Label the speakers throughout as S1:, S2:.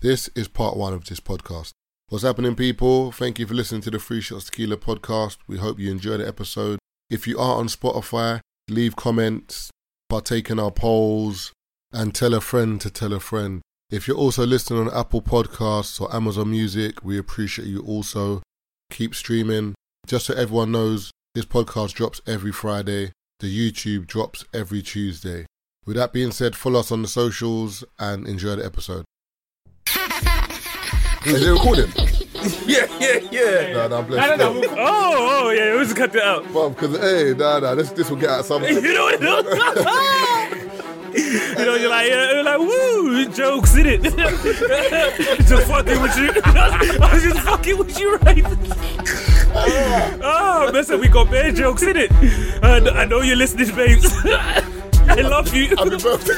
S1: This is part one of this podcast. What's happening, people? Thank you for listening to the Free Shots Tequila podcast. We hope you enjoy the episode. If you are on Spotify, leave comments, partake in our polls, and tell a friend to tell a friend. If you're also listening on Apple Podcasts or Amazon Music, we appreciate you also. Keep streaming. Just so everyone knows, this podcast drops every Friday. The YouTube drops every Tuesday. With that being said, follow us on the socials and enjoy the episode. Is it recording?
S2: Yeah, yeah, yeah.
S1: Nah, nah, I'm blessed.
S2: Oh, oh, yeah, we just cut that out.
S1: Bro, because, hey, nah, nah, this, this will get out some.
S2: You know, you know, you know you're like, yeah, you're like, woo, jokes in it. just fucking with you. I was just fucking with you, right? oh, listen, we got bad jokes in it. And I know you're listening, babes. I love you.
S1: Happy birthday.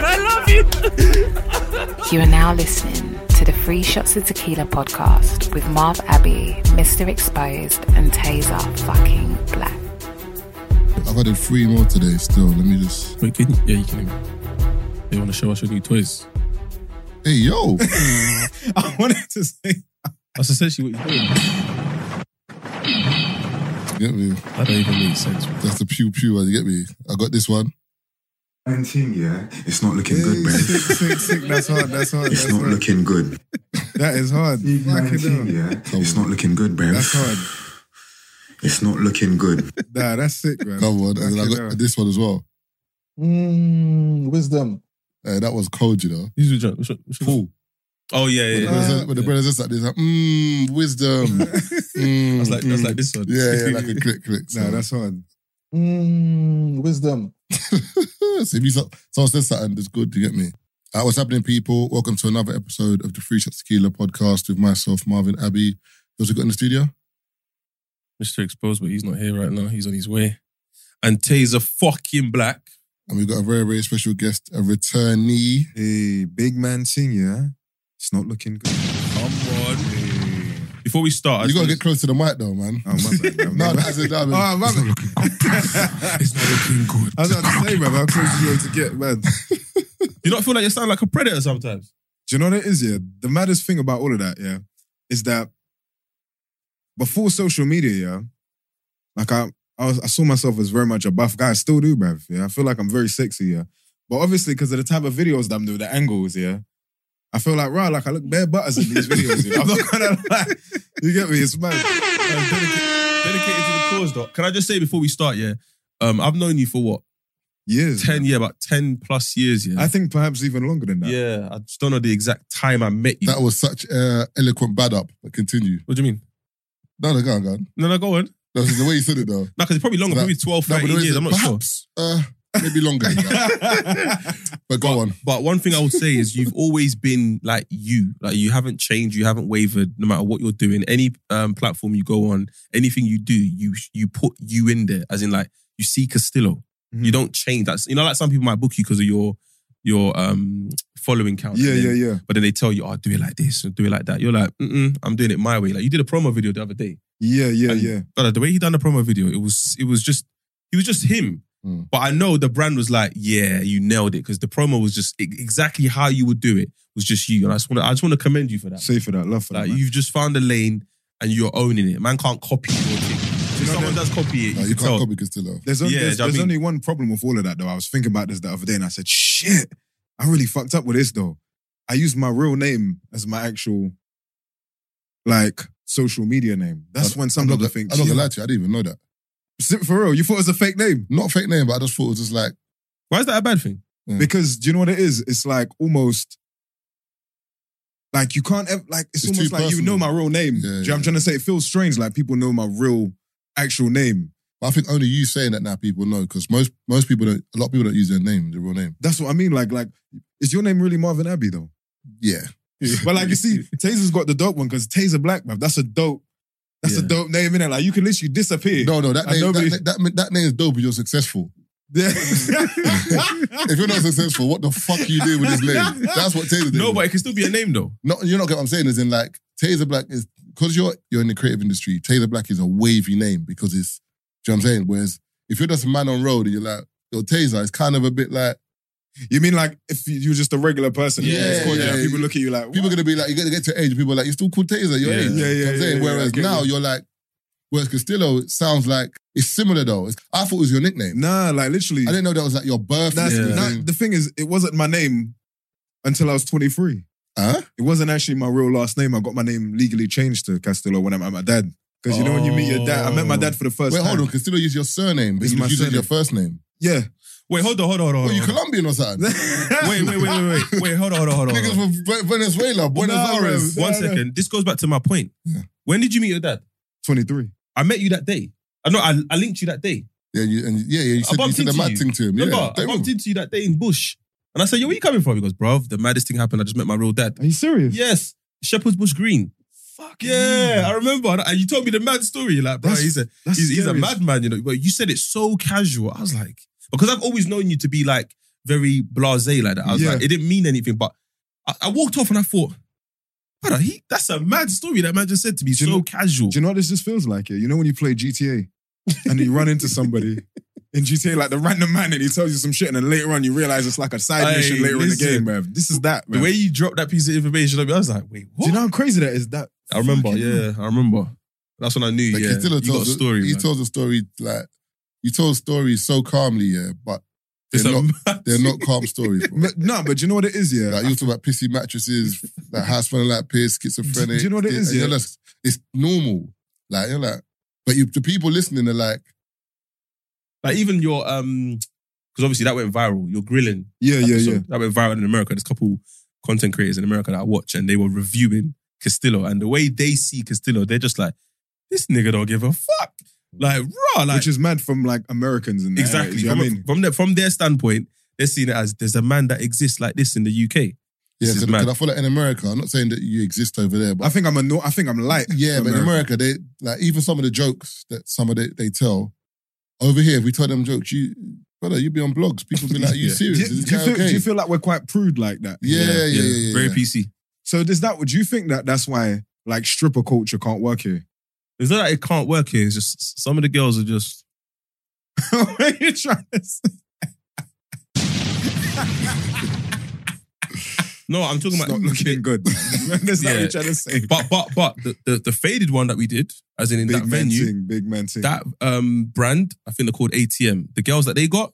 S2: I love you.
S3: You are now listening to the Free Shots of Tequila podcast with Marv Abbey, Mr. Exposed, and Taser fucking Black.
S1: I've added three more today still. Let me just.
S4: Wait, can you, yeah, you can. They want to show us your new toys.
S1: Hey, yo.
S5: I wanted to say
S4: That's essentially what you're doing.
S1: You get me?
S4: That don't even make sense.
S1: That's the pew pew one. You get me? I got this one.
S6: 19, yeah? It's not looking good, man.
S5: sick, sick, sick. That's hard. That's hard.
S6: It's
S5: That's
S6: not
S5: hard.
S6: looking good.
S5: that is hard. Fucking
S6: 19,
S5: hell.
S6: yeah? It's not looking good, man.
S5: That's hard.
S6: It's not looking good.
S5: Nah, that's sick, man.
S1: That one. And then I
S5: Fucking
S1: got
S5: hell.
S1: this one as well.
S5: Mm, wisdom.
S1: Hey, that was cold, you know?
S4: These were jokes. Which one- which one-
S1: Cool.
S4: Oh yeah,
S1: When the
S4: yeah. yeah.
S1: brothers- when the brothers just like this, like, mmm, wisdom. Mm,
S4: That's like that's like this one.
S1: Yeah, yeah, like a click, click.
S5: Nah,
S1: So,
S5: that's hard. Mm, wisdom.
S1: so if you, so- someone says something that's good, you get me? Uh, what's happening, people? Welcome to another episode of the Free Shot Tequila podcast with myself, Marvin Abbey. You also got in the studio?
S4: Mr. Exposed, but he's not here right now. He's on his way. And Taser fucking black.
S1: And we've got a very, very special guest, a returnee.
S6: Hey, big man sing, yeah? It's not looking good.
S4: Come on. Before we start, I
S1: You
S4: just
S1: gotta
S4: wanna-
S1: get close to the mic though, man.
S6: Oh, my bad. bruv.
S1: No, that's it, that
S5: Oh, my bad.
S1: It's not looking good.
S5: I was about to say, man, how close you were to get, man. Do
S4: you don't feel like you sound like a predator sometimes.
S5: you know what it is, yeah? The maddest thing about all of that, yeah, is that before social media, yeah, like I, I, was, I saw myself as very much a buff guy. I still do, bruv. Yeah, I feel like I'm very sexy, yeah. But obviously, because of the type of videos that I'm doing, the angles, yeah, I feel like, right, like I look bare butters in these videos. yeah. I'm not gonna lie. You get me? It's mad.
S4: Dedicated, Um, dedicated to the cause, doc. Can I just say before we start, yeah? Um, I've known you for what
S5: Years.
S4: ten, yeah, about ten plus years, yeah.
S5: I think perhaps even longer than that.
S4: yeah, I just don't know the exact time I met you.
S1: That was such uh, eloquent bad up. But continue.
S4: what do you mean?
S1: No, no, go on, go on.
S4: No, no, go on.
S1: No, this is the way you said it though.
S4: No, because it's probably longer,
S1: That-
S4: probably 12,
S1: No, but
S4: 13
S1: there is
S4: years.
S1: a-
S4: I'm not
S1: perhaps, Uh, maybe longer than that. But go on.
S4: sure. But one thing I would say is you've always been like you. Like you haven't changed, you haven't wavered no matter what you're doing. Any um, platform you go on, anything you do, you you put you in there. As in like you see Castillo.
S5: Mhm.
S4: You don't change. That's you know, like some people might book you because of your your um following count.
S5: Yeah,
S4: And
S5: yeah,
S4: then-
S5: yeah.
S4: But then they tell you, oh, do it like this and do it like that. You're like, mm I'm doing it my way. Like you did a promo video the other day.
S5: Yeah, yeah,
S4: And-
S5: yeah.
S4: But the way he done the promo video, it was it was just he was just him.
S5: Hmm.
S1: Mm.
S4: But I know the brand was like, yeah, you nailed it because the promo was just e- exactly how you would do it was just you. And I just want to I just want to commend you for that.
S5: Say for that, love for
S4: like
S5: that. man.
S4: you've just found a lane and you're owning it. Man can't copy your thing.
S5: You
S4: If
S5: know
S4: someone
S5: that-
S4: does copy it,
S1: No,
S4: you,
S1: Oh, you
S4: can tell.
S1: can't copy Castillo.
S5: There's, only,
S4: Yeah,
S5: there's,
S4: do you know what
S5: there's
S4: I mean?
S5: only one problem with all of that though. I was thinking about this the other day and I said, shit, I really fucked up with this though. I used my real name as my actual like social media name. That's when some
S1: I'm not,
S5: people
S1: gonna-
S5: think.
S1: I'm not gonna lie
S5: "Yeah."
S1: to you, I didn't even know that.
S5: Sit for real. You thought it was a fake name.
S1: Not fake name, but I just thought it was just like
S4: Why is that a bad thing?
S1: Mm.
S5: Because do you know what it is? It's like almost like you can't ever like it's,
S1: It's
S5: almost
S1: too
S5: like you
S1: personal.
S5: know my real name.
S1: Yeah,
S5: do you know what
S1: yeah.
S5: I'm trying to say? It feels strange, like people know my real actual name.
S1: but I think only you saying that now people know because most most people don't a lot of people don't use their name, their real name.
S5: That's what I mean. Like, like, is your name really Marvin Abbey though?
S1: Yeah.
S5: But like you see, Taser's got the dope one because Taser Black, man. That's a dope. That's
S4: Yeah.
S5: a dope name in it. Like you can literally disappear.
S1: No, no, that
S5: I
S1: name,
S5: know, but
S1: that,
S5: it's-
S1: that, that, name is dope if you're successful.
S5: Yeah.
S1: If you're not successful, what the fuck are you doing with this name? That's what Taylor did.
S4: No, but it can still be a name though.
S1: No, you are not get what I'm saying. Is in like Taser Black is because you're you're in the creative industry. Taser Black is a wavy name because it's. Do you know what I'm saying? Whereas if you're just a man on road and you're like, yo, Taser, it's kind of a bit like
S5: You mean like if you- you're just a regular person?
S1: Yeah,
S5: it's called,
S1: yeah,
S5: like,
S1: yeah.
S5: people look at you like
S1: People are gonna be like, you gotta get to age. People are like, you're still called Taser, your
S4: Yeah.
S1: age.
S5: Yeah, yeah,
S1: I'm saying.
S5: yeah, yeah,
S1: whereas
S5: I get
S1: now
S5: you.
S1: you're like, whereas Castillo it sounds like it's similar though. It's, I thought it was your nickname.
S5: nah, like literally.
S1: I didn't know that was like your birth.
S5: That's,
S4: Yeah.
S5: nah,
S1: name.
S5: the thing is, it wasn't my name until I was 23.
S1: Huh?
S5: It wasn't actually my real last name. I got my name legally changed to Castillo when I met my dad. Because you know when you meet your dad, I met my dad for the first
S1: Wait,
S5: time.
S1: hold on. Castillo used your surname, but
S5: It's
S1: he
S5: my
S1: was using
S5: surname.
S1: your first name.
S5: Yeah.
S4: Wait, hold on, hold on, hold on.
S1: Were you
S4: hold on.
S1: Colombian or something?
S4: wait, wait, wait, wait, wait, wait. Hold on, hold on, hold on.
S1: Niggas
S4: Hold on.
S1: from Ve- Venezuela, Buenos
S5: Nah, bro.
S1: Aires.
S4: One
S5: No, no.
S4: second. This goes back to my point.
S1: Yeah.
S4: When did you meet your dad?
S5: 23.
S4: I met you that day. I know. I, I linked you that day.
S1: Yeah, you, and yeah, yeah. You said, you
S4: bumped
S1: said the
S4: into
S1: mad
S4: you.
S1: thing to him.
S4: Remember,
S1: yeah,
S4: I
S1: Damn.
S4: bumped into you that day in Bush, and I said, "Yo, where you coming from?" He goes, "Bruv, the maddest thing happened. I just met my real dad."
S5: Are you serious?
S4: Yes, Shepherd's Bush Green. Fuck yeah, I remember. And- And you told me the mad story. Like, bro,
S5: That's-
S4: he's a
S5: That's
S4: he's, he's a
S5: scary.
S4: madman, you know. But you said it so casual. I was like, because I've always known you to be like very blasé like that. I was
S5: Yeah.
S4: like, it didn't mean anything. But I, I walked off and I thought, brother, he that's a mad story that man just said to me.
S5: Do
S4: So
S5: you know-
S4: casual.
S5: Do you know what this just feels like? Yeah? You know when you play GTA and you run into somebody in GTA, like the random man, and he tells you some shit, and then later on you realize it's like a side
S4: Aye,
S5: mission later
S4: listen.
S5: in the game, man. This is that,
S4: the
S5: man.
S4: way you dropped that piece of information on me, I was like, wait,
S5: Do
S4: what?
S5: you know how crazy that is? That
S4: I remember,
S5: Fucking
S4: yeah, I remember. That's when I knew.
S1: Like,
S4: yeah,
S1: Castillo
S4: you got a
S1: tells
S4: story.
S1: He
S4: man.
S1: tells a story like he tells stories so calmly, yeah, but
S4: It's
S1: they're
S4: a
S1: not,
S4: mad-
S1: they're not calm stories. Bro.
S5: But, no, but do you know what it is, yeah.
S1: Like you talk about pissy mattresses, like house smelling like piss, schizophrenic.
S5: Do you know what it is,
S1: and you're
S5: yeah?
S1: just- it's normal. Like you're like, but you, the people listening are like,
S4: like even your um, because obviously that went viral. Your grilling,
S5: yeah, yeah,
S4: episode,
S5: yeah.
S4: that went viral in America. There's a couple content creators in America that I watch, and they were reviewing Castillo, and the way they see Castillo, they're just like, this nigga don't give a fuck. Like raw, like
S5: Which is mad from like Americans and
S4: exactly.
S5: you know
S4: from,
S5: what I
S4: a-
S5: mean,
S4: from their from their standpoint, they're seeing it as there's a man that exists like this in the UK.
S1: yeah,
S4: This is
S1: because
S4: mad.
S1: I feel like in America, I'm not saying that you exist over there, but
S5: I think I'm a no, I think I'm light.
S1: yeah, but in
S5: America.
S1: America, they like even some of the jokes that some of they, they tell over here. If we tell them jokes, you brother, you be on blogs. People be like, "You
S4: Yeah.
S1: serious?
S5: do, you,
S1: Is this
S5: do you
S1: guy
S5: feel,
S1: okay?"
S5: do you feel like we're quite prude like that?
S1: yeah, yeah, yeah, yeah, yeah.
S4: very PC.
S5: So does that? Would you think that that's why like stripper culture can't work here?
S4: It's not that it can't work here. It's just some of the girls are just
S5: what are you trying to say?
S4: No, I'm talking
S5: It's
S4: about
S5: not looking good. that's not what
S4: Yeah.
S5: you're trying to say.
S4: But but but the, the the faded one that we did, as in in
S5: big
S4: that
S5: man
S4: venue,
S5: thing, big man thing.
S4: that um brand, I think they're called ATM. The girls that they got,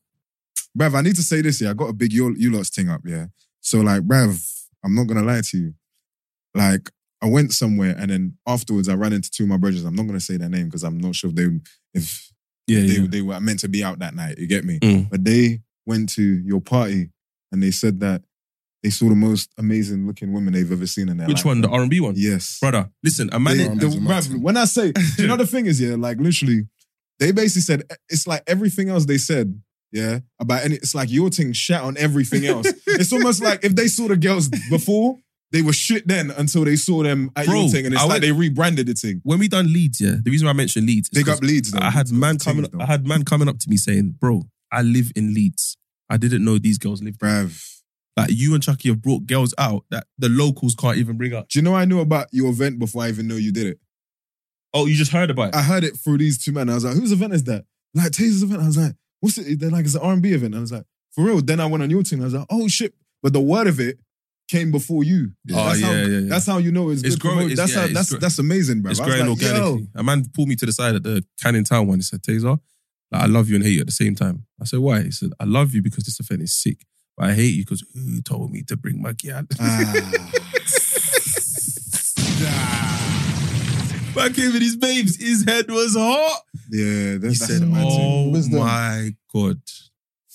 S5: Bruv, I need to say this. Yeah, I got a big you, you lot's thing up. Yeah, so like, bruv, I'm not gonna lie to you. Like, I went somewhere and then afterwards, I ran into two of my brothers. I'm not gonna say their name because I'm not sure if they if
S4: yeah,
S5: they, they were meant to be out that night. You get me?
S4: Mm.
S5: But they went to your party and they said that they saw the most amazing looking woman they've ever seen in their
S4: which
S5: life.
S4: one? The R and B one,
S5: Yes.
S4: brother. Listen, a man.
S5: They-
S1: Oh,
S5: the-
S1: imagine that.
S5: bruv, when I say, do you know the thing is, yeah, like literally, they basically said eh, it's like everything else they said. Yeah, about any, it's like your thing shat on everything else. it's almost like if they saw the girls before, they were shit then until they saw them at
S4: Bro,
S5: your thing, and it's
S4: I went-
S5: like they rebranded the thing.
S4: when we done Leeds, yeah, the reason why I mentioned Leeds, is
S5: Big
S4: 'cause
S5: up Leeds. Though.
S4: I had man coming. I had man coming up to me saying, "Bro, I live in Leeds. I didn't know these girls lived.
S5: bruv.
S4: Like you and Chucky have brought girls out that the locals can't even bring up.
S5: Do you know I knew about your event before I even know you did it?
S4: Oh, you just heard about it?
S5: I heard it through these two men. I was like, whose event is that? Like Taser's event. I was like, what's it? They're like, it's an R&B event. I was like, for real. Then I went on your team. I was like, oh shit. But the word of it came before you.
S1: Yeah.
S4: Oh,
S5: how,
S4: yeah, yeah, yeah.
S5: That's how you know it's,
S4: It's
S5: good
S4: growing-
S5: promo-
S4: it's-
S5: That's
S4: yeah,
S5: how,
S4: it's
S5: that's
S4: gro-
S5: that's amazing, bro.
S4: It's growing organically. A man pulled me to the side at the Canning Town one. He said, Taser, like, I love you and hate you at the same time. I said, why? He said, I love you because this event is sick. But I hate you because who told me to bring my girl?
S5: Ah,
S4: But I came with his babes. His head was hot.
S5: yeah,
S4: He
S5: that's, that's
S4: said,
S5: a mad
S4: oh
S5: thing. Wisdom.
S4: my God.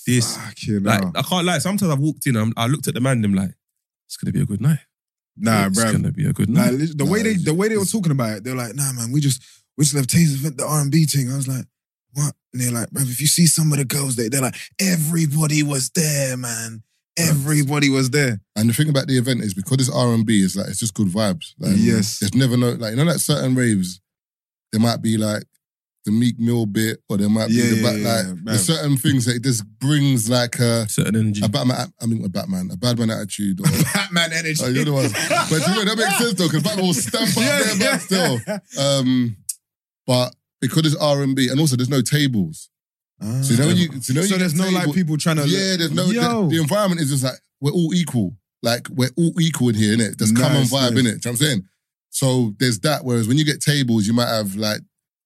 S4: This,
S5: Fucking
S4: like,
S5: hell.
S4: I can't lie. Sometimes I walked in, I'm, I looked at the man and I'm like, it's going to be a good night.
S5: nah,
S4: it's
S5: bro.
S4: going to be a good
S5: Nah,
S4: night.
S5: lit- the
S1: Nah,
S5: way they
S1: it's-
S5: the way they were talking about it, they're like, nah, man, we just we just left Taser's event, the R and B thing. I was like, what? And they're like, bro, if you see some of the girls there, they're like, everybody was there, man. Everybody was there.
S1: And the thing about the event is because it's R and B, it's like it's just good vibes. Like,
S5: Yes.
S1: there's never no like you know like certain raves, there might be like the Meek Mill bit, or there might be
S5: Yeah,
S1: the
S5: yeah,
S1: back,
S5: yeah,
S1: like
S5: yeah,
S1: there's
S5: man.
S1: certain things that it just brings like a
S4: Certain energy.
S1: a Batman. I mean a Batman, a Batman attitude. Or,
S5: Batman energy.
S1: uh, you're the ones. But you know that makes sense though, because Batman will stamp out
S5: Yeah,
S1: their
S5: yeah.
S1: back still. Um, but because it's R and B, and also there's no tables.
S5: Ah.
S1: So you know when you- so you know
S5: So
S1: you
S5: there's
S1: get
S5: no like
S1: table-
S5: people trying to.
S1: yeah, there's no
S5: Yo.
S1: the, the environment is just like we're all equal. Like we're all equal in here, innit? Just come and
S5: Nice,
S1: vibe, innit?
S5: yeah.
S1: Do you know what I'm saying? So there's that. Whereas when you get tables, you might have like, do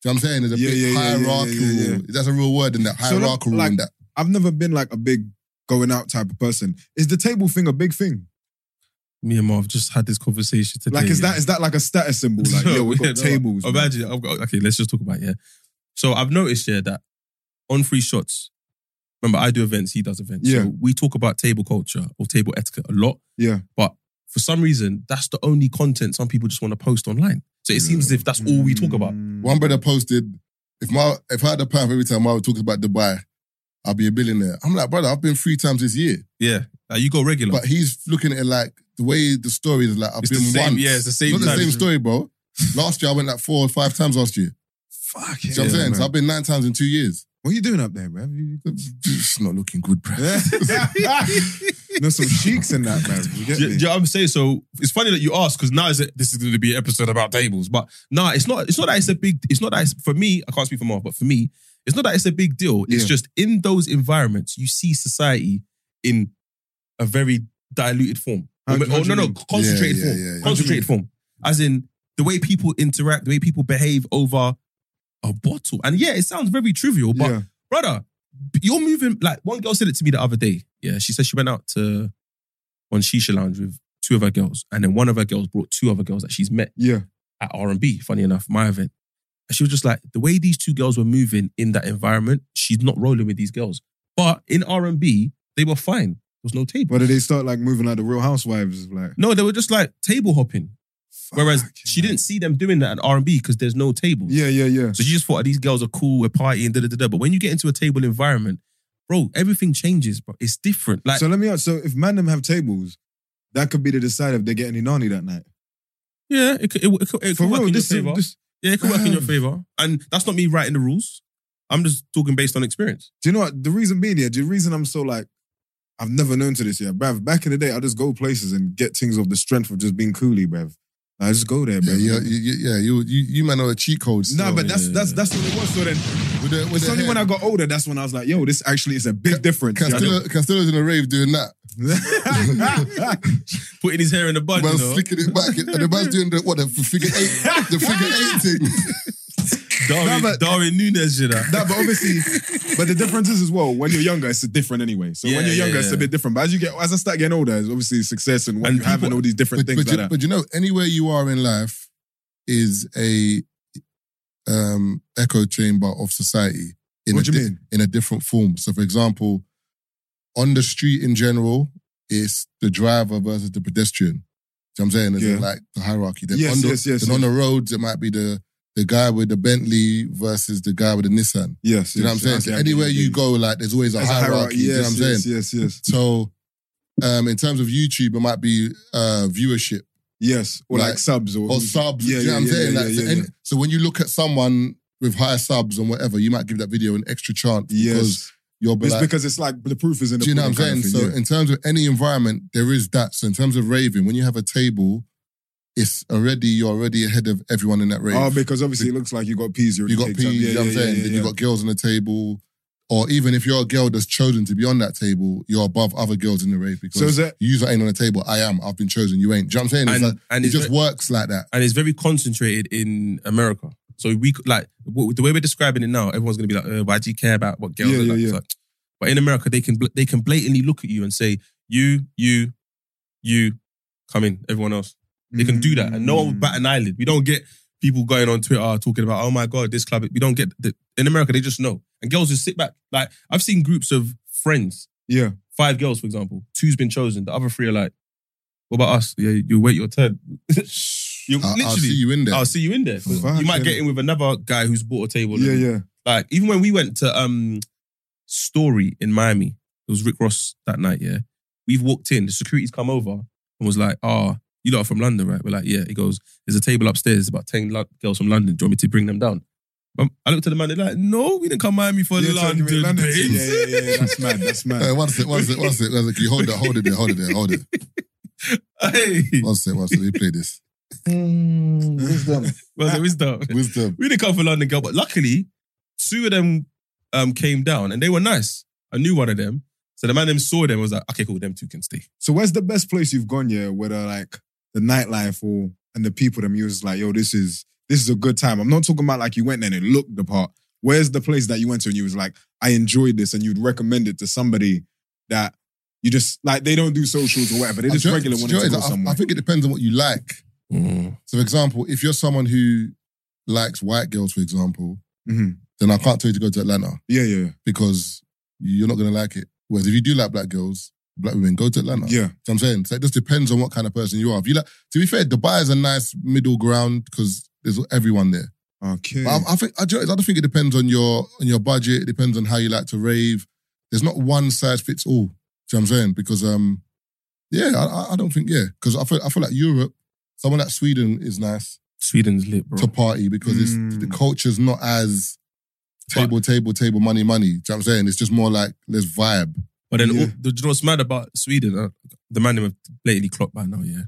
S1: you know what I'm saying? There's a
S5: Yeah,
S1: big
S5: yeah, yeah, yeah, yeah,
S1: hierarchical.
S5: yeah, yeah.
S1: That's a real word in that
S5: So,
S1: hierarchical
S5: like-
S1: in that.
S5: I've never been like a big going out type of person. Is the table thing a big thing?
S4: Me and Marv just had this conversation today.
S5: Like, is
S4: yeah.
S5: that is that like a status symbol? Like,
S4: So,
S5: yo, we've got
S4: yeah, no,
S5: tables. man.
S4: Imagine, I've got, okay, let's just talk about it, yeah. So I've noticed, yeah, that on free shots, remember, I do events, he does events.
S5: Yeah.
S4: So we talk about table culture or table etiquette a lot.
S5: Yeah.
S4: But for some reason, that's the only content some people just want to post online. So it seems as if that's all we talk about.
S5: Mm.
S1: One brother posted, if my if I had a pound for every time I was talking about Dubai, I'd be a billionaire. I'm like, brother, I've been three times this year.
S4: Yeah. Like you go regular.
S1: But he's looking at it like the way the story is like, I've
S4: It's the
S1: been
S4: same-
S1: once.
S4: yeah, it's the same
S1: Not the
S4: time.
S1: same story, bro. last year I went like four or five times last year.
S5: Fuck
S1: Do you know what I'm saying? So I've been nine times in two years.
S5: What are you doing up there, man? You
S1: It's not looking good, bro.
S5: know some cheeks in that, man. You get
S4: Do you,
S5: me?
S4: do you know what I'm saying? So it's funny that you ask because now is it, this is going to be an episode about tables, but nah, it's not. It's not that it's a big. It's not that it's, for me. I can't speak for Mark, but for me, it's not that it's a big deal. It's
S5: Yeah.
S4: just in those environments you see society in a very diluted form. Or,
S5: How- how
S4: or no,
S5: do you
S4: no,
S5: mean?
S4: concentrated
S1: Yeah, yeah,
S4: form.
S1: yeah, yeah.
S4: Concentrated form, as in the way people interact, the way people behave over a bottle. And yeah, it sounds very trivial, but
S5: Yeah.
S4: brother, you're moving. Like one girl said it to me the other day. Yeah, she said she went out to on Shisha Lounge with two of her girls, and then one of her girls brought two other girls that she's met
S5: Yeah.
S4: at R and B. Funny enough, my event, and she was just like the way these two girls were moving in that environment. She's not rolling with these girls, but in R and B, they were fine. There was no table.
S5: But did they start like moving like the Real Housewives? Like,
S4: No, they were just like table hopping. Whereas she didn't see them doing that at R and B because there's no tables.
S5: Yeah, yeah, yeah.
S4: So she just thought "Oh, these girls are cool, we're partying, da da da da. But when you get into a table environment, bro, everything changes, bro. It's different. Like
S5: so let me ask. So if man them have tables, that could be the decider if they get any nani that night.
S4: yeah, it could, it, could- it, could
S5: For
S4: work in
S5: real,
S4: your
S5: this is
S4: favor.
S5: this.
S4: yeah, it could work in your favor. And that's not me writing the rules. I'm just talking based on experience.
S5: Do you know what the reason being? Yeah, the reason I'm so like, I've never known to this yet, bruv. Back in the day, I just go places and get things of the strength of just being coolie, bruv. I just go there,
S1: Yeah,
S5: bruv.
S1: yeah, yeah, yeah, you, you, you man are a cheat code.
S5: No,
S1: still. eh?
S5: but that's that's that's what it was. So then,
S1: With the- with
S5: it's
S1: the
S5: only when I
S1: hair.
S5: got older that's when I was like, "Yo, this actually is a big difference." you know?
S1: Castillo, Castillo's in a rave doing that.
S4: Putting his hair in the bun, you
S1: Man's
S4: know.
S1: flicking it back, and the man's doing the what the figure eight, the figure eight thing.
S4: Darwin,
S5: Nah, but-
S4: Darwin Nunes, you know.
S5: No, but obviously, but the difference is as well. When you're younger, it's different anyway. So
S4: Yeah,
S5: when you're
S4: yeah,
S5: younger, it's
S4: yeah.
S5: a bit different. But as you get, as I start getting older, it's obviously success and what
S4: And
S5: you have and
S4: people-
S5: all these different
S1: but,
S5: things
S1: but you,
S5: like that.
S1: but you know, anywhere you are in life is a um, echo chamber of society. In
S5: What
S1: a
S5: do you
S1: di-
S5: mean?
S1: In a different form. So, for example, on the street in general, it's the driver versus the pedestrian. Do you know what I'm saying? It's
S5: Yeah.
S1: like the hierarchy. Then
S5: Yes,
S1: on the,
S5: yes, yes,
S1: then on the roads, it might be the the guy with the Bentley versus the guy with the Nissan.
S5: Yes,
S1: Do you know what I'm
S5: yes,
S1: saying?
S5: yes,
S1: So
S5: yeah,
S1: anywhere
S5: yeah,
S1: you
S5: yeah.
S1: go, like there's always a
S5: There's a
S1: hierarchy.
S5: hierarchy.
S1: do you know
S5: Yes,
S1: what I'm saying?
S5: yes, yes, yes,
S1: So, um, in terms of YouTube, it might be uh, viewership
S5: yes. Or like,
S1: Like-
S5: subs or,
S1: or subs. Yeah, you know what I'm saying?
S5: yeah,
S1: Like,
S5: yeah,
S1: so,
S5: yeah,
S1: any-
S5: yeah.
S1: so when you look at someone with higher subs and whatever, you might give that video an extra chance because
S5: Yes,
S1: you'll be
S5: it's
S1: like,
S5: because it's like the proof is in the.
S1: do you know what I'm
S5: pudding
S1: saying?
S5: kind
S1: So
S5: of thing, yeah.
S1: in terms of any environment, there is that. So in terms of raving, when you have a table, it's already you're already ahead of everyone in that rave.
S5: Oh, because obviously it looks like you got peas.
S1: you got peas, you know what I'm saying? then you got girls on the table. Or even if you're a girl that's chosen to be on that table, you're above other girls in the rave because
S5: So is that-
S1: you ain't on the table. I am. I've been chosen. You ain't. Do you know what I'm saying? It's
S4: And-
S1: like-
S4: and
S1: it
S4: it's
S1: just
S4: ve-
S1: works like that.
S4: and it's very concentrated in America. So we could, like w- the way we're describing it now, everyone's gonna be like, uh, "Why do you care about what girls
S5: Yeah,
S4: are
S5: yeah,
S4: like? It's
S5: yeah.
S4: like?" But in America, they can bl- they can blatantly look at you and say, "You, you, you, come in, everyone else." They can do that, and no one will bat an
S5: Mm.
S4: eyelid. We don't get people going on Twitter talking about, "Oh my god, this club." We don't get the, in America. They just know, and girls just sit back. Like I've seen groups of friends,
S5: Yeah.
S4: five girls, for example. Two's been chosen. The other three are like, "What about us? Yeah, you wait your turn." you
S1: I,
S4: literally.
S1: will see you in there.
S4: I'll see you in there. 'Cause
S5: Fuck
S4: You might
S5: yeah.
S4: get in with another guy who's bought a table.
S5: Yeah,
S4: And,
S5: yeah.
S4: Like even when we went to um Story in Miami, it was Rick Ross that night. Yeah, we've walked in. The security's come over and was like, "Ah, you lot are from London, right?" We're like, "Yeah." He goes, "There's a table upstairs. About ten lo- girls from London. Do you want me to bring them down?" Um, I looked at the man. They're like, "No, we didn't come Miami for
S5: Yeah,
S4: London."
S5: Turkey, London,
S4: babes."
S5: Yeah, yeah, yeah, yeah. That's mad. That's
S1: Hey,
S5: mad.
S1: one sec, one sec, one sec, one sec. You hold it, hold it there, hold it there, hold it.
S4: hey,
S1: One sec, one sec. We play this.
S7: Mm, wisdom.
S4: well, it was dope.
S1: Wisdom.
S4: We didn't come for London girl, but luckily, two of them um, came down and they were nice. I knew one of them. So the man them saw them and was like, okay, cool, them two can stay.
S5: So where's the best place you've gone, yeah, whether like the nightlife or and the people them you was like, yo, this is this is a good time. I'm not talking about like you went there and it looked the part. Where's the place that you went to and you was like, I enjoyed this and you'd recommend it to somebody that you just like they don't do socials or whatever. They just
S1: Do you know-
S5: regular
S1: do
S5: when
S1: you know
S5: they
S1: what it is?
S5: go
S1: I-
S5: somewhere.
S1: I think it depends on what you like. So, for example, if you're someone who likes white girls, for example,
S5: Mhm.
S1: then I can't tell you to go to Atlanta
S5: Yeah, yeah,
S1: because you're not going to like it. Whereas if you do like black girls, black women, go to Atlanta.
S5: yeah.
S1: So I'm saying, so it just depends on what kind of person you are. If you like, to be fair, Dubai is a nice middle ground because there's everyone there.
S5: Okay.
S1: But I, I think I do- I don't think it depends on your on your budget. It depends on how you like to rave. There's not one size fits all. Do you know what I'm saying? Because um, yeah, I- I, I don't think yeah. Because I feel I feel like Europe, someone like Sweden is nice
S4: Sweden's lit, bro.
S1: to party because it's
S5: Mm.
S1: the culture's not as table table table money money. Do you know what I'm saying? It's just more like let's vibe.
S4: But then,
S5: Yeah.
S4: all, do you know what's mad about Sweden? Uh, the man them have blatantly clocked by now, yeah.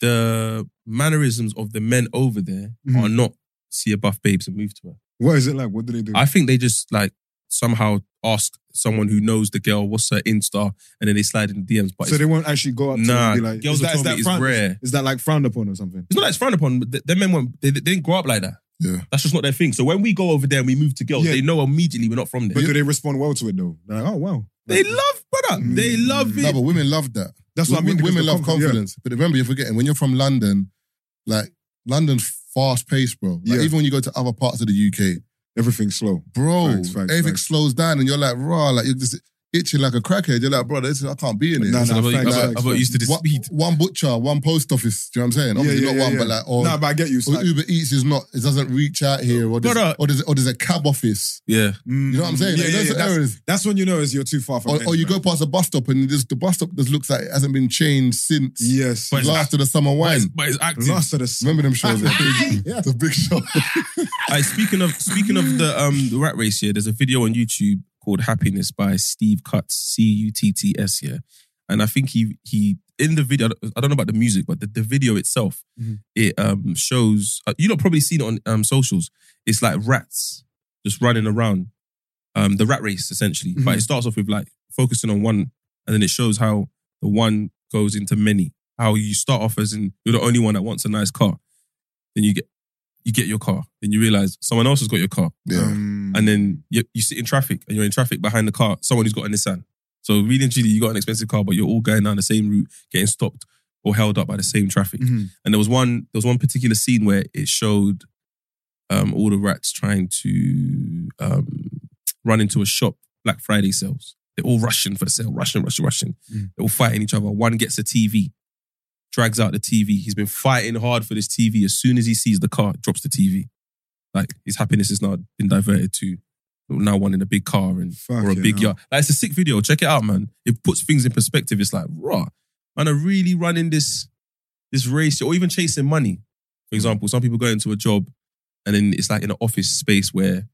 S4: The mannerisms of the men over there
S5: Mhm.
S4: are not see a buff babes and move to her.
S5: what is it like? What do they do?
S4: I think they just like somehow ask someone who knows the girl what's her Insta, and then they slide in the DMs. But
S5: so
S4: it's,
S5: they won't actually go up to
S4: Nah,
S5: them and be like,
S4: girls
S5: is
S4: will
S5: that, is
S4: tell
S5: that
S4: me it's
S5: frowned-
S4: rare.
S5: Is that like frowned upon or something?
S4: it's not like it's frowned upon. But the, them men weren't, they, they didn't grow up like that.
S1: Yeah.
S4: that's just not their thing. So when we go over there and we move to girls,
S5: Yeah.
S4: they know immediately we're not from there.
S5: But do they respond well to it though? They're like, oh wow.
S4: they love, brother. They
S5: Mm.
S4: love
S1: No,
S4: it.
S1: but women love that.
S5: That's what I
S1: Women,
S5: mean. because
S1: women
S5: the
S1: love
S5: conf- yeah.
S1: confidence, but remember, you're forgetting when you're from London, like London's fast paced, bro. Like,
S5: Yeah.
S1: Even when you go to other parts of the UK,
S5: Everything's slow.
S1: bro,
S5: Facts, facts,
S1: everything
S5: facts.
S1: slows down, and you're like, raw, like you're just itching like a crackhead. You're like, bro, this is, I can't be in it.
S5: Nah,
S1: It's
S5: nah,
S1: like,
S4: I'm,
S5: facts,
S4: I'm,
S5: facts,
S4: I'm not used to this
S1: one,
S4: speed.
S1: one butcher, one post office. Do you know what I'm saying?
S5: Yeah,
S1: Obviously
S5: yeah,
S1: not
S5: yeah,
S1: one,
S5: yeah.
S1: but like, or,
S5: nah, but I get you. It's
S1: or
S5: like-
S1: Uber Eats is not. It doesn't reach out here, or there's,
S4: Brother.
S1: or there's, or there's a cab office.
S4: Yeah.
S5: Mm,
S1: You know what I'm saying?
S5: Yeah,
S1: Like,
S5: yeah,
S1: those
S5: yeah.
S1: are
S5: That's,
S1: errors.
S5: that's when you know is you're too far from.
S1: Or, or you go
S5: anywhere.
S1: past a bus stop and just, the bus stop just looks like it hasn't been changed since
S5: Yes.
S4: But it's
S1: last of the summer
S4: But
S1: wine.
S4: it's, but it's active.
S5: Last of the s-
S1: Remember them shows? The big,
S5: Yeah.
S1: the big show.
S4: Aye, speaking of speaking of the um the rat race here, there's a video on YouTube called Happiness by Steve Cutts, C U T T S. Yeah, and I think he he in the video, I don't know about the music, but the, the video itself,
S5: Mhm.
S4: it um shows uh, you lot probably seen it on um socials. It's like rats just running around, um the rat race essentially. But it starts off with like focusing on one, and then it shows how the one goes into many. How you start off as in you're the only one that wants a nice car, then you get you get your car, then you realize someone else has got your car,
S1: Yeah.
S5: Um,
S4: and then you, you sit in traffic and you're in traffic behind the car, someone who's got a Nissan. So really and truly, you got an expensive car, but you're all going down the same route, getting stopped or held up by the same traffic.
S5: Mhm.
S4: And there was one there was one particular scene where it showed um, all the rats trying to um, run into a shop Black Friday sales. They're all rushing for the sale, rushing, rushing, rushing.
S5: Mm.
S4: They're all fighting each other. One gets a TV, drags out the TV. He's been fighting hard for this TV. As soon as he sees the car, drops the TV. Like his happiness has now been diverted to now wanting a big car and or a
S5: Fucking
S4: big
S5: hell.
S4: yard. Like it's a sick video. Check it out, man. It puts things in perspective. It's like, raw, man, are really running this this race or even chasing money. For example, some people go into a job and then it's like in an office space where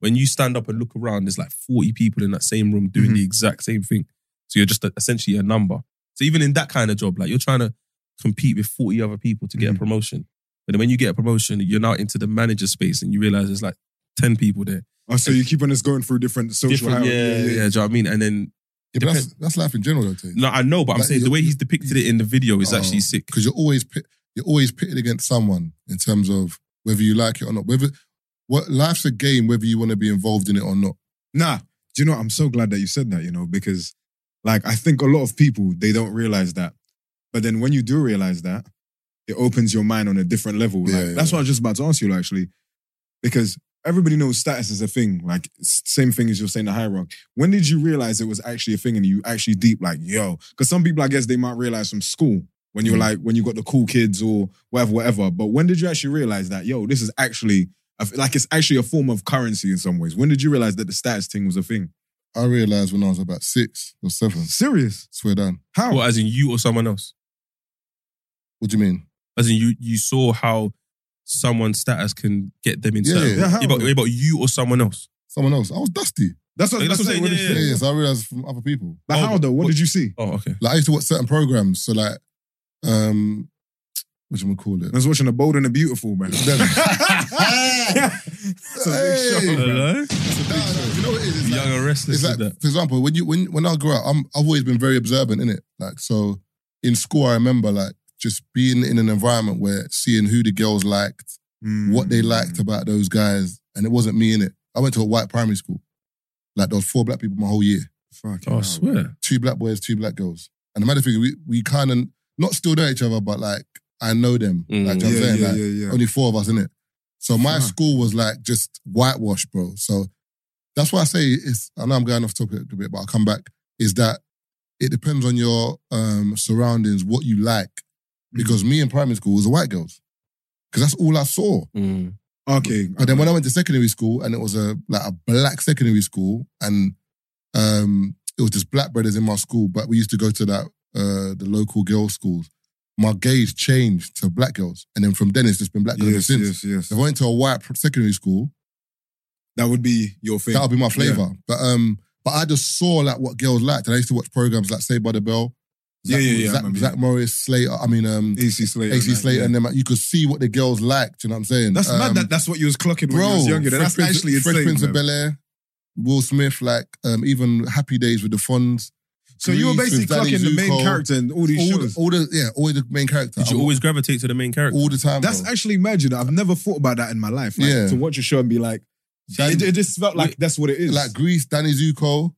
S4: when you stand up and look around, there's like 40 people in that same room doing the exact same thing. So you're just a- essentially a number. So even in that kind of job, like you're trying to compete with 40 other people to get a promotion. But then when you get a promotion, you're now into the manager space and you realize there's like 10 people there.
S5: oh, so you keep on just going through different social.
S4: Different, yeah,
S5: hierarchy.
S4: yeah, Do you know what I mean? And then,
S1: Yeah, but that's, that's life in general, though, too.
S4: no, I know, but I'm
S1: Like,
S4: saying the
S1: you-
S4: way he's depicted it in the video is
S1: Oh.
S4: actually sick.
S1: Because you're always pit, you're always pitted against someone in terms of whether you like it or not. Whether what life's a game, whether you want to be involved in it or not.
S5: Nah, do you know? what? I'm so glad that you said that. You know, because like I think a lot of people they don't realize that, but then when you do realize that, it opens your mind on a different level. Like,
S1: Yeah, yeah,
S5: that's
S1: yeah.
S5: what I was just about to ask you actually, because everybody knows status is a thing. Like it's the same thing as you're saying the hierarchy. When did you realize it was actually a thing and you actually deep like yo? Because some people I guess they might realize from school. When you're
S1: Mm.
S5: like, when you got the cool kids or whatever, whatever. But when did you actually realize that, yo, this is actually I feel like it's actually a form of currency in some ways. When did you realize that the status thing was a thing?
S1: I realized when I was about six or seven.
S5: Serious?
S1: Swear down.
S5: How?
S4: Well, as in you or someone else?
S1: What do you mean?
S4: As in you you saw how someone's status can get them into
S1: Yeah,
S4: that.
S1: yeah,
S5: yeah, how?
S4: about, about you or someone else.
S1: Someone else. I was dusty.
S5: That's what,
S4: Like,
S5: that's
S4: that's
S5: what I'm saying.
S1: Yeah,
S4: Yeah.
S1: yeah, so I realized from other people.
S5: But
S4: Oh,
S5: how though? What,
S4: what-
S5: did you see?
S4: Oh, okay.
S1: Like I used to watch certain programs. So like, um, What you call it?
S5: I was watching The Bold and the Beautiful, man.
S4: Hello?
S1: you know what it is? It's like-
S4: Young and restless
S1: It's
S4: did
S1: like,
S4: that.
S1: for example, when you when when I grew up, I'm, I've always been very observant in it. Like so, in school, I remember like just being in an environment where seeing who the girls liked, what they liked about those guys, and it wasn't me in it. I went to a white primary school. Like there was four black people my whole year,
S5: Fuck.
S4: Oh, I swear.
S1: two black boys, two black girls, and the matter of thing, we we kind of not still know each other, but like I know them. Like do you
S4: Mm.
S1: know what I'm
S5: Yeah,
S1: saying,
S5: yeah,
S1: like,
S5: yeah, yeah.
S1: only four of us in it. So my
S5: Fuck.
S1: school was like just whitewash, bro. So that's why I say it's. I know I'm going off topic a bit, but I'll come back. Is that it depends on your um, surroundings, what you like,
S5: Mm-hmm.
S1: because me in primary school was the white girls, because that's all I saw.
S4: Mm.
S5: oh, Okay.
S1: But Oh, then when I went to secondary school, and it was a like a black secondary school, and um, it was just black brothers in my school, but we used to go to that uh, the local girls' schools. My gaze changed to black girls, and then from then it's just been black girls ever
S5: Yes,
S1: since.
S5: yes, yes.
S1: If I went to a white secondary school,
S5: That would be your thing.
S1: that would be my flavor. But um, but I just saw like what girls liked, and I used to watch programs like Saved by the Bell.
S5: Yeah,
S1: Zach-
S5: yeah, yeah, I
S1: Zach,
S5: remember,
S1: Zach
S5: yeah.
S1: Morris, Slater. I mean, um,
S5: AC Slater.
S1: AC
S5: like,
S1: Slater,
S5: yeah.
S1: and them. like, You could see what the girls liked. You know what I'm saying?
S5: That's
S1: Um,
S5: mad that that's what you was clocking when
S1: bro.
S5: you was younger.
S1: Fresh
S5: That's
S1: Prince,
S5: actually
S1: Fresh
S5: insane.
S1: Prince of
S5: man.
S1: Bel Air, Will Smith, like um, even Happy Days with the Fonz.
S5: So you were
S1: Grease
S5: basically
S1: with Danny
S5: clocking the main
S1: Zuko.
S5: character in all these
S1: All
S5: shows.
S1: the, all the yeah, all the main character.
S4: Did you
S1: I-
S4: always gravitate to the main character?
S1: all the time?
S5: That's
S1: bro.
S5: actually magic. I've never thought about that in my life. Like,
S1: Yeah.
S5: To watch a show and be like,
S1: Dan-
S5: it, it just felt like that's what it is.
S1: like Greece, Danny Zuko.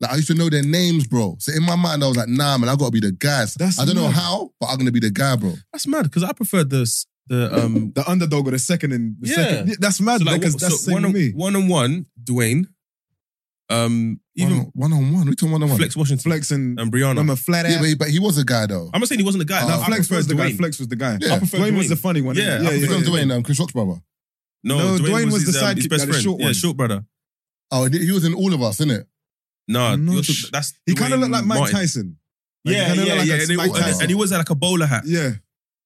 S1: Like I used to know their names, bro. So in my mind, I was like, nah, man, I gotta be the guy.
S5: That's
S1: I don't know
S5: mad.
S1: how, but I'm gonna be the guy, bro.
S4: That's mad because I prefer the s- the um.
S5: the underdog or the second and the
S4: Yeah.
S5: second. Yeah, That's mad
S4: so like,
S5: because
S4: so
S5: that's the same
S4: one
S5: to
S4: on
S5: me.
S4: one on one, Dwayne, um, even
S1: one on one, we talking one on one.
S4: Flex Washington,
S5: Flex and
S4: and Brianna.
S5: I'm a flat
S1: Yeah,
S5: ass.
S1: but he, but he was a guy though.
S4: I'm not saying he wasn't a guy.
S1: Uh,
S4: No,
S5: no,
S4: I
S5: Flex
S4: prefer
S5: was the guy.
S4: Dwayne.
S5: Flex was the guy.
S1: Yeah.
S4: I prefer
S5: Dwayne was the funny one.
S4: Yeah,
S5: yeah,
S4: I
S1: He's
S4: prefer
S1: not
S5: yeah, yeah.
S1: Dwayne, um, Chris Rock's brother.
S4: No,
S5: No,
S4: Dwayne,
S5: Dwayne
S4: was,
S5: was
S4: his,
S5: the
S4: um, his
S5: sidekick,
S4: best
S5: like the
S4: friend.
S5: short
S4: yeah,
S5: one.
S4: short brother.
S1: Oh, and he was in all of us, innit?
S4: No,
S5: I'm not
S4: you're-
S5: sh-
S4: that's
S5: He kind of
S4: Dwayne
S5: looked like Mike
S4: Martin.
S5: Tyson. Like, he
S4: Yeah,
S5: kinda
S4: yeah,
S5: looked like
S4: yeah.
S5: a
S4: And he-
S5: Mike
S4: and-
S5: Tyson.
S4: and he was like a bowler hat.
S5: Yeah.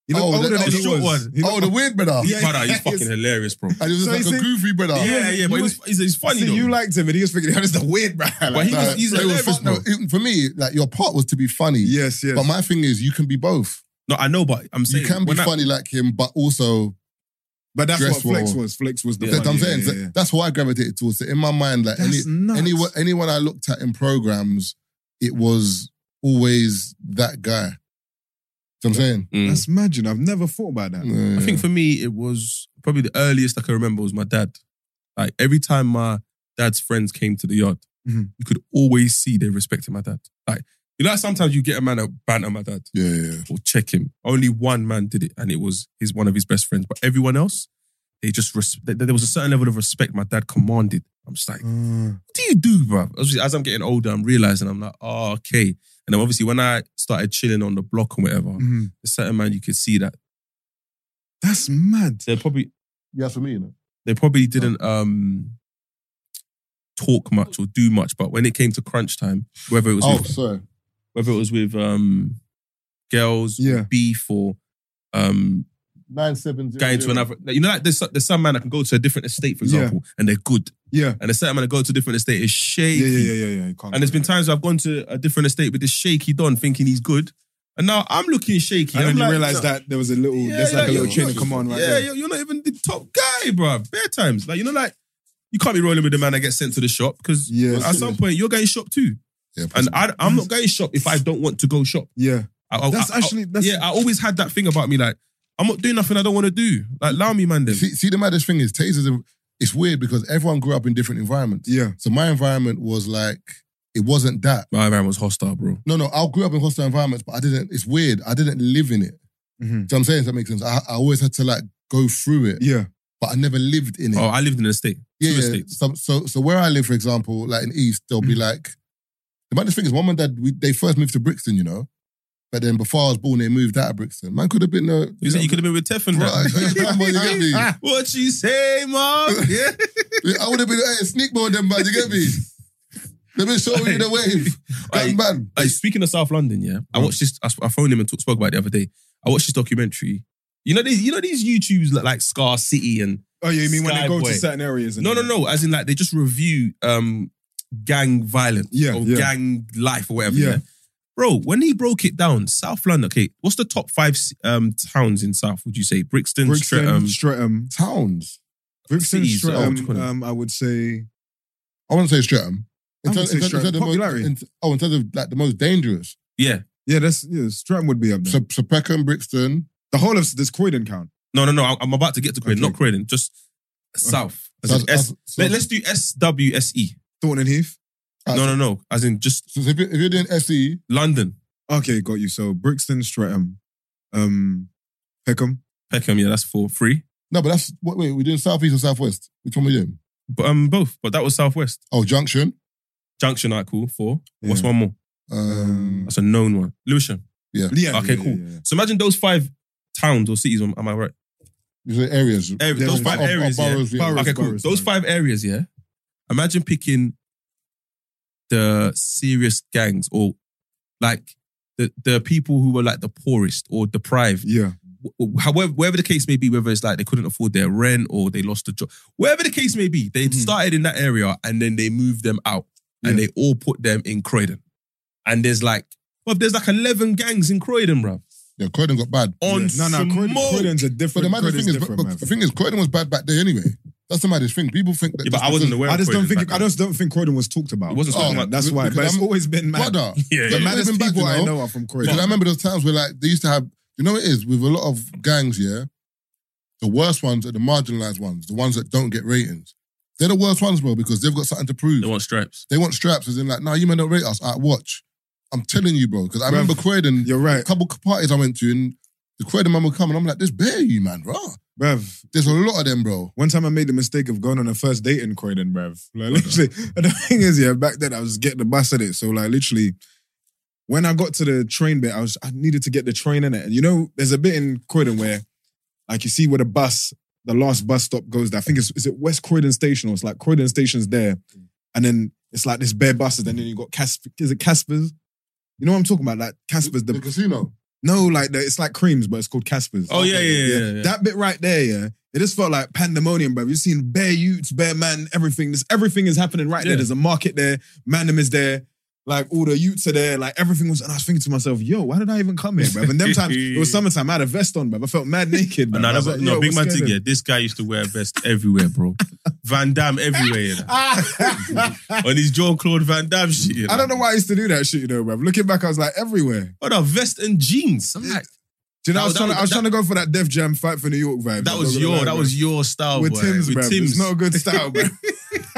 S5: He looked
S1: Oh,
S5: older
S1: the-
S5: than
S1: oh, the
S5: he
S4: short
S5: was.
S4: one.
S5: He
S1: Oh,
S5: looked-
S1: the weird brother.
S4: His
S5: Yeah,
S4: brother, he's
S5: yeah,
S4: fucking
S5: yes.
S4: hilarious, bro.
S1: And he was
S5: So
S1: just
S5: you
S1: like a
S5: see-
S1: goofy brother.
S4: Yeah, yeah, but he was, he's, he's funny
S5: See,
S4: though.
S5: you liked him and he was thinking, "Oh, this is the weird brother.
S4: But he was-
S1: Like,
S4: he's
S1: it
S4: hilarious,
S1: fun,
S4: bro.
S1: though. Even For me, like your part was to be funny.
S5: yes, yes.
S1: But my thing is, you can be both.
S4: no, I know, but I'm saying
S1: You can be
S4: when I-
S1: funny like him, but also
S5: But that's
S1: Dress
S5: what Flex
S1: well.
S5: was. Flex was the
S4: Yeah,
S1: That's what I'm
S5: funny.
S1: saying.
S5: Yeah,
S1: So
S5: yeah, yeah.
S1: That's what I gravitated towards. So in my mind, like any,
S5: That's nuts.
S1: anyone, anyone I looked at in programs, it was always that guy. See what I'm saying.
S4: Mm.
S5: That's magic. I've never thought about that.
S1: Yeah.
S4: I think for me, it was probably the earliest I can remember was my dad. Like every time my dad's friends came to the yard,
S5: Mhm.
S4: you could always see they respected my dad. Like, you know, how sometimes you get a man that banter my dad
S1: yeah, yeah.
S4: or check him. Only one man did it, and it was his one of his best friends. But everyone else, they just res- th- there was a certain level of respect my dad commanded. I'm just like, what do you do, bro? Obviously, as I'm getting older, I'm realizing I'm like, oh, okay. And then obviously, when I started chilling on the block and whatever,
S5: Mhm.
S4: a certain man you could see that
S5: That's mad.
S4: they probably
S1: Yeah, that's for me. You know?
S4: they
S5: Oh.
S4: probably didn't um talk much or do much, but when it came to crunch time, whether it was
S1: Oh,
S4: with,
S1: sorry.
S4: whether it was with um girls,
S5: Yeah.
S4: beef, or um
S1: Nine seven zero.
S4: going to another. like, You know, like there's, there's some man that can go to a different estate, for
S5: Yeah.
S4: example, and they're good,
S5: Yeah.
S4: and a certain man that go to a different estate is shaky.
S5: Yeah, yeah, yeah, yeah. yeah. You can't
S4: And there's
S5: do
S4: been
S5: that.
S4: times I've gone to a different estate with this shaky don, thinking he's good, and now I'm looking shaky.
S5: And
S4: I'm
S5: then you
S4: like,
S5: realize that there was a little, there's like a little
S4: you're
S5: chain of
S4: not-
S5: command right
S4: yeah,
S5: there.
S4: you're- you're not even the top guy, bro. Bare times, like you know, like you can't be rolling with the man that gets sent to the shop because
S5: Yeah.
S4: at some point you're going shop too,
S1: Yeah,
S4: and I, I'm not going shop if I don't want to go shop.
S5: Yeah.
S4: I, I-
S5: That's
S4: I- oh,
S5: actually- that's-
S4: yeah. I always had that thing about me, like I'm not doing nothing I don't want to do. Like allow me, man. Then
S1: see, see, the maddest thing is, tasers. Are, it's weird because everyone grew up in different environments.
S5: Yeah.
S1: So my environment was like it wasn't that.
S4: my man was hostile, bro.
S1: No, no, I grew up in hostile environments, but I didn't. It's weird. I didn't live in it.
S4: Mm-hmm.
S5: Mhm.
S1: Do you know what I'm saying? If that makes sense. I, I always had to like go through it,
S5: Yeah.
S1: but I never lived in it.
S4: Oh, I lived in an estate.
S1: yeah,
S4: Two
S1: yeah.
S4: estates.
S1: So, so, so where I live, for example, like in East, they'll
S4: Mm.
S1: be like, the maddest thing is, mum and dad, we, they first moved to Brixton, you know, but then before I was born, they moved out of Brixton. Man could have been a.
S4: You said you could have been with Tef
S1: Right,
S4: and
S1: you get me?
S4: that. what you say, Mark? Yeah.
S1: I would have been hey, sneak more than man. You get me? Let me show you the wave,
S4: Aye.
S1: that man.
S4: Hey, speaking of South London, yeah, I watched this. I, sp- I phoned him and talk, spoke about it the other day. I watched this documentary. You know these, you know these YouTubes like, like Scar City and
S5: Oh, yeah. You mean when they go
S4: Skyboy.
S5: to certain areas? and
S4: no, no,
S5: then-
S4: no. As in like they just review um gang violence
S5: Yeah,
S4: or
S5: yeah.
S4: gang life or whatever. Yeah.
S5: Yeah.
S4: Bro, when he broke it down, South London, okay, what's the top five um, towns in South, would you say? Brixton, um,
S5: Brixton,
S4: Streatham.
S5: Streatham,
S1: Towns.
S5: Brixton,
S4: cities, oh, what do you
S5: Streatham.
S4: call it?
S5: Um, I would say
S1: I wouldn't say Streatham.
S5: I would say Streatham.
S1: of the most,
S5: Popularity.
S1: in- oh, in terms of like the most dangerous.
S4: yeah.
S5: yeah, that's yeah, Streatham would be up there.
S1: So, so Peckham, Brixton,
S5: the whole of does Croydon count?
S4: No, no, no. I- I'm about to get to Croydon.
S5: Okay.
S4: Not Croydon, just South. As in
S1: South-
S4: S-
S1: South-
S4: let, us do SWSE.
S5: Thornton and Heath.
S1: Uh,
S4: No, no, no. As in just
S1: So if, you, if you're doing E, SE,
S4: London,
S5: Okay, got you. So Brixton, Streatham, um, Peckham.
S4: Peckham. Yeah, that's four, three.
S1: no, but that's what, wait. We're doing southeast or southwest. Which one we doing?
S4: But um, both. But that was Southwest
S1: Oh, Junction.
S4: Junction. I cool four. What's
S5: Yeah.
S4: one more?
S1: Um,
S4: That's a known one. Lewisham.
S5: Yeah.
S4: Okay, cool. So imagine those five towns or cities. Am am I right?
S1: these are areas.
S4: Areas.
S5: Yeah,
S4: those
S5: yeah.
S4: five
S1: Or- or
S4: areas. yeah.
S1: boroughs, yeah.
S5: Boroughs.
S4: okay, cool. Those
S5: sorry.
S4: five areas, yeah. Imagine picking the serious gangs or like the the people who were like the poorest or deprived.
S5: Yeah.
S4: Wh- wh- However, wherever the case may be, whether it's like they couldn't afford their rent or they lost a job, wherever the case may be, they
S5: Mhm.
S4: started in that area and then they moved them out and they all put them in Croydon. And there's like, well, there's like 11 gangs in Croydon, bro.
S1: Yeah, Croydon got bad.
S4: On
S5: No, no, Croydon,
S4: smoke.
S5: Croydon's a
S1: But the
S5: different.
S1: maddest
S5: Croydon's
S1: thing is, but,
S5: different,
S1: but
S5: man.
S1: the thing is, Croydon was bad back there anyway. That's the maddest thing. People think that.
S4: Yeah, but
S1: just
S4: I wasn't
S1: because-
S4: aware.
S5: I just don't
S4: Croydon
S5: think
S4: back
S5: I just don't think Croydon was talked about.
S4: It wasn't
S1: talked
S5: Yeah,
S1: about.
S5: That's why.
S1: Because
S5: But it's
S1: I'm-
S5: always been mad.
S1: Brother,
S4: Yeah,
S5: The
S1: yeah.
S5: maddest
S1: Even back,
S5: people
S1: you
S5: I
S1: know,
S5: know are from
S1: Because I
S5: Croydon.
S1: remember those times where like they used to have, you know, what it is with a lot of gangs. Yeah, the worst ones are the marginalized ones, the ones that don't get ratings. They're the worst ones, bro, because they've got something to prove.
S4: They want stripes.
S1: They want straps, as in like, nah, you men don't rate us. I watch. I'm telling you, bro, because I
S5: Bruv,
S1: remember Croydon.
S5: You're
S1: A
S5: right,
S1: couple parties I went to, and the Croydon man would come, and I'm like, "This bear you, man, bro.
S5: bruv.
S1: There's a lot of them, bro."
S5: One time I made the mistake of going on a first date in Croydon, bruv. Like literally, and the thing is, yeah, back then I was getting the bus at it. So like literally, when I got to the train bit, I was I needed to get the train in it. And you know, there's a bit in Croydon where, like, you see where the bus, the last bus stop goes. There. I think it's is it West Croydon Station or it's like Croydon Station's there, and then it's like this bare buses. And then you got Casper. Is it Casper's? You know what I'm talking about? Like Casper's, the
S1: the casino.
S5: No, like the, it's like creams, but it's called Casper's.
S4: Oh, yeah, yeah, yeah, yeah.
S5: That bit right there, yeah. It just felt like pandemonium, bro. You've seen bare youths, bare man, everything. This everything is happening right
S4: Yeah.
S5: there. There's a market there, Mandem is there, like all the youths are there, like everything was. And I was thinking to myself, yo, why did I even come here, bro? And them times it was summertime. I had a vest on, bro. I felt mad naked. Bro.
S4: No,
S5: I
S4: no,
S5: was
S4: but-
S5: like,
S4: no,
S5: yo,
S4: big man
S5: what's
S4: thing.
S5: going
S4: Yeah, this guy used to wear a vest everywhere, bro. Van Damme everywhere, you know.
S5: on?
S4: on his Jean Claude Van Damme shit. You know.
S5: I don't know why I used to do that shit, you know, bro. Looking back, I was like everywhere.
S4: What a vest and jeans. I'm like,
S5: Do you know, I
S4: That
S5: was,
S4: was-
S5: trying,
S4: that
S5: I was
S4: was-
S5: trying to go for that Def Jam fight for New York vibe.
S4: that was your, that was your style,
S5: with
S4: Oh, boy.
S5: Tim's,
S4: with
S5: bro.
S4: Tim's. Oh,
S5: It's not a good style, bro.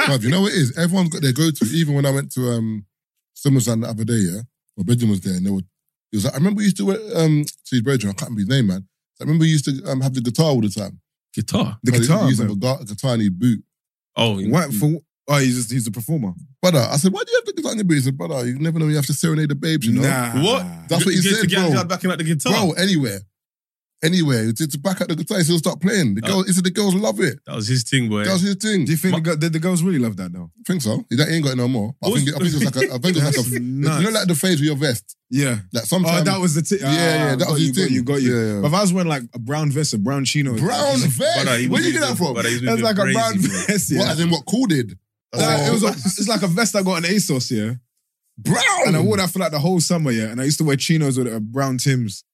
S1: Bruv, you know what it is? Everyone's got their go-to. Even when I went to um Summerson the other day, yeah, my bedroom was there, and they were. He was like, I remember we used to wear um to his bedroom. I can't remember his name, man. I remember he used to um, have the guitar all the time.
S4: Guitar.
S5: The
S1: So he-
S5: guitar,
S1: he used to
S5: bro.
S1: have a gu- guitar in his boot.
S4: Oh, you know.
S5: What for? Oh, he's just, he's a performer.
S1: Brother, I said, why do you have the guitar in your boot? He said, brother, you never know. You have to serenade the babes, you know.
S4: What?
S1: That's what he
S4: Gets the
S1: said,
S4: gang
S1: bro.
S4: out backing at the guitar.
S1: Bro, anywhere, anywhere, it's it's back at the guitar. He'll start playing. The
S4: Oh.
S1: girls, he said, the girls love it.
S4: That was his thing, boy.
S1: That was his thing.
S5: Do you think the, girl- did the girls really love that though?
S1: think so. He don't- he ain't got it no more. I
S4: What's-
S1: think, it, I think it was like a, I think it was like
S5: That's
S1: a,
S5: nuts.
S1: you know, like the phase with your vest.
S5: yeah.
S1: Like
S5: Oh,
S1: sometimes,
S5: that was the t-
S1: yeah, yeah, that
S5: got
S1: was
S5: you,
S1: his
S5: got
S1: thing.
S5: You got you.
S1: Yeah, yeah.
S5: But if I was wearing like a brown vest, a brown chino,
S1: brown vest.
S4: Brother, he
S1: Where
S4: was
S1: you get that
S4: moving-
S1: from?
S4: brother, he was
S5: That's
S4: moving
S5: like a brown
S4: crazy, bro.
S5: vest. Yeah,
S1: What? As in what? Cool did.
S5: Nah,
S1: Oh.
S5: it was a, it's like a vest I got on ASOS. Yeah,
S1: brown.
S5: and I wore that for like the whole summer. Yeah, and I used to wear chinos with uh, brown Tims.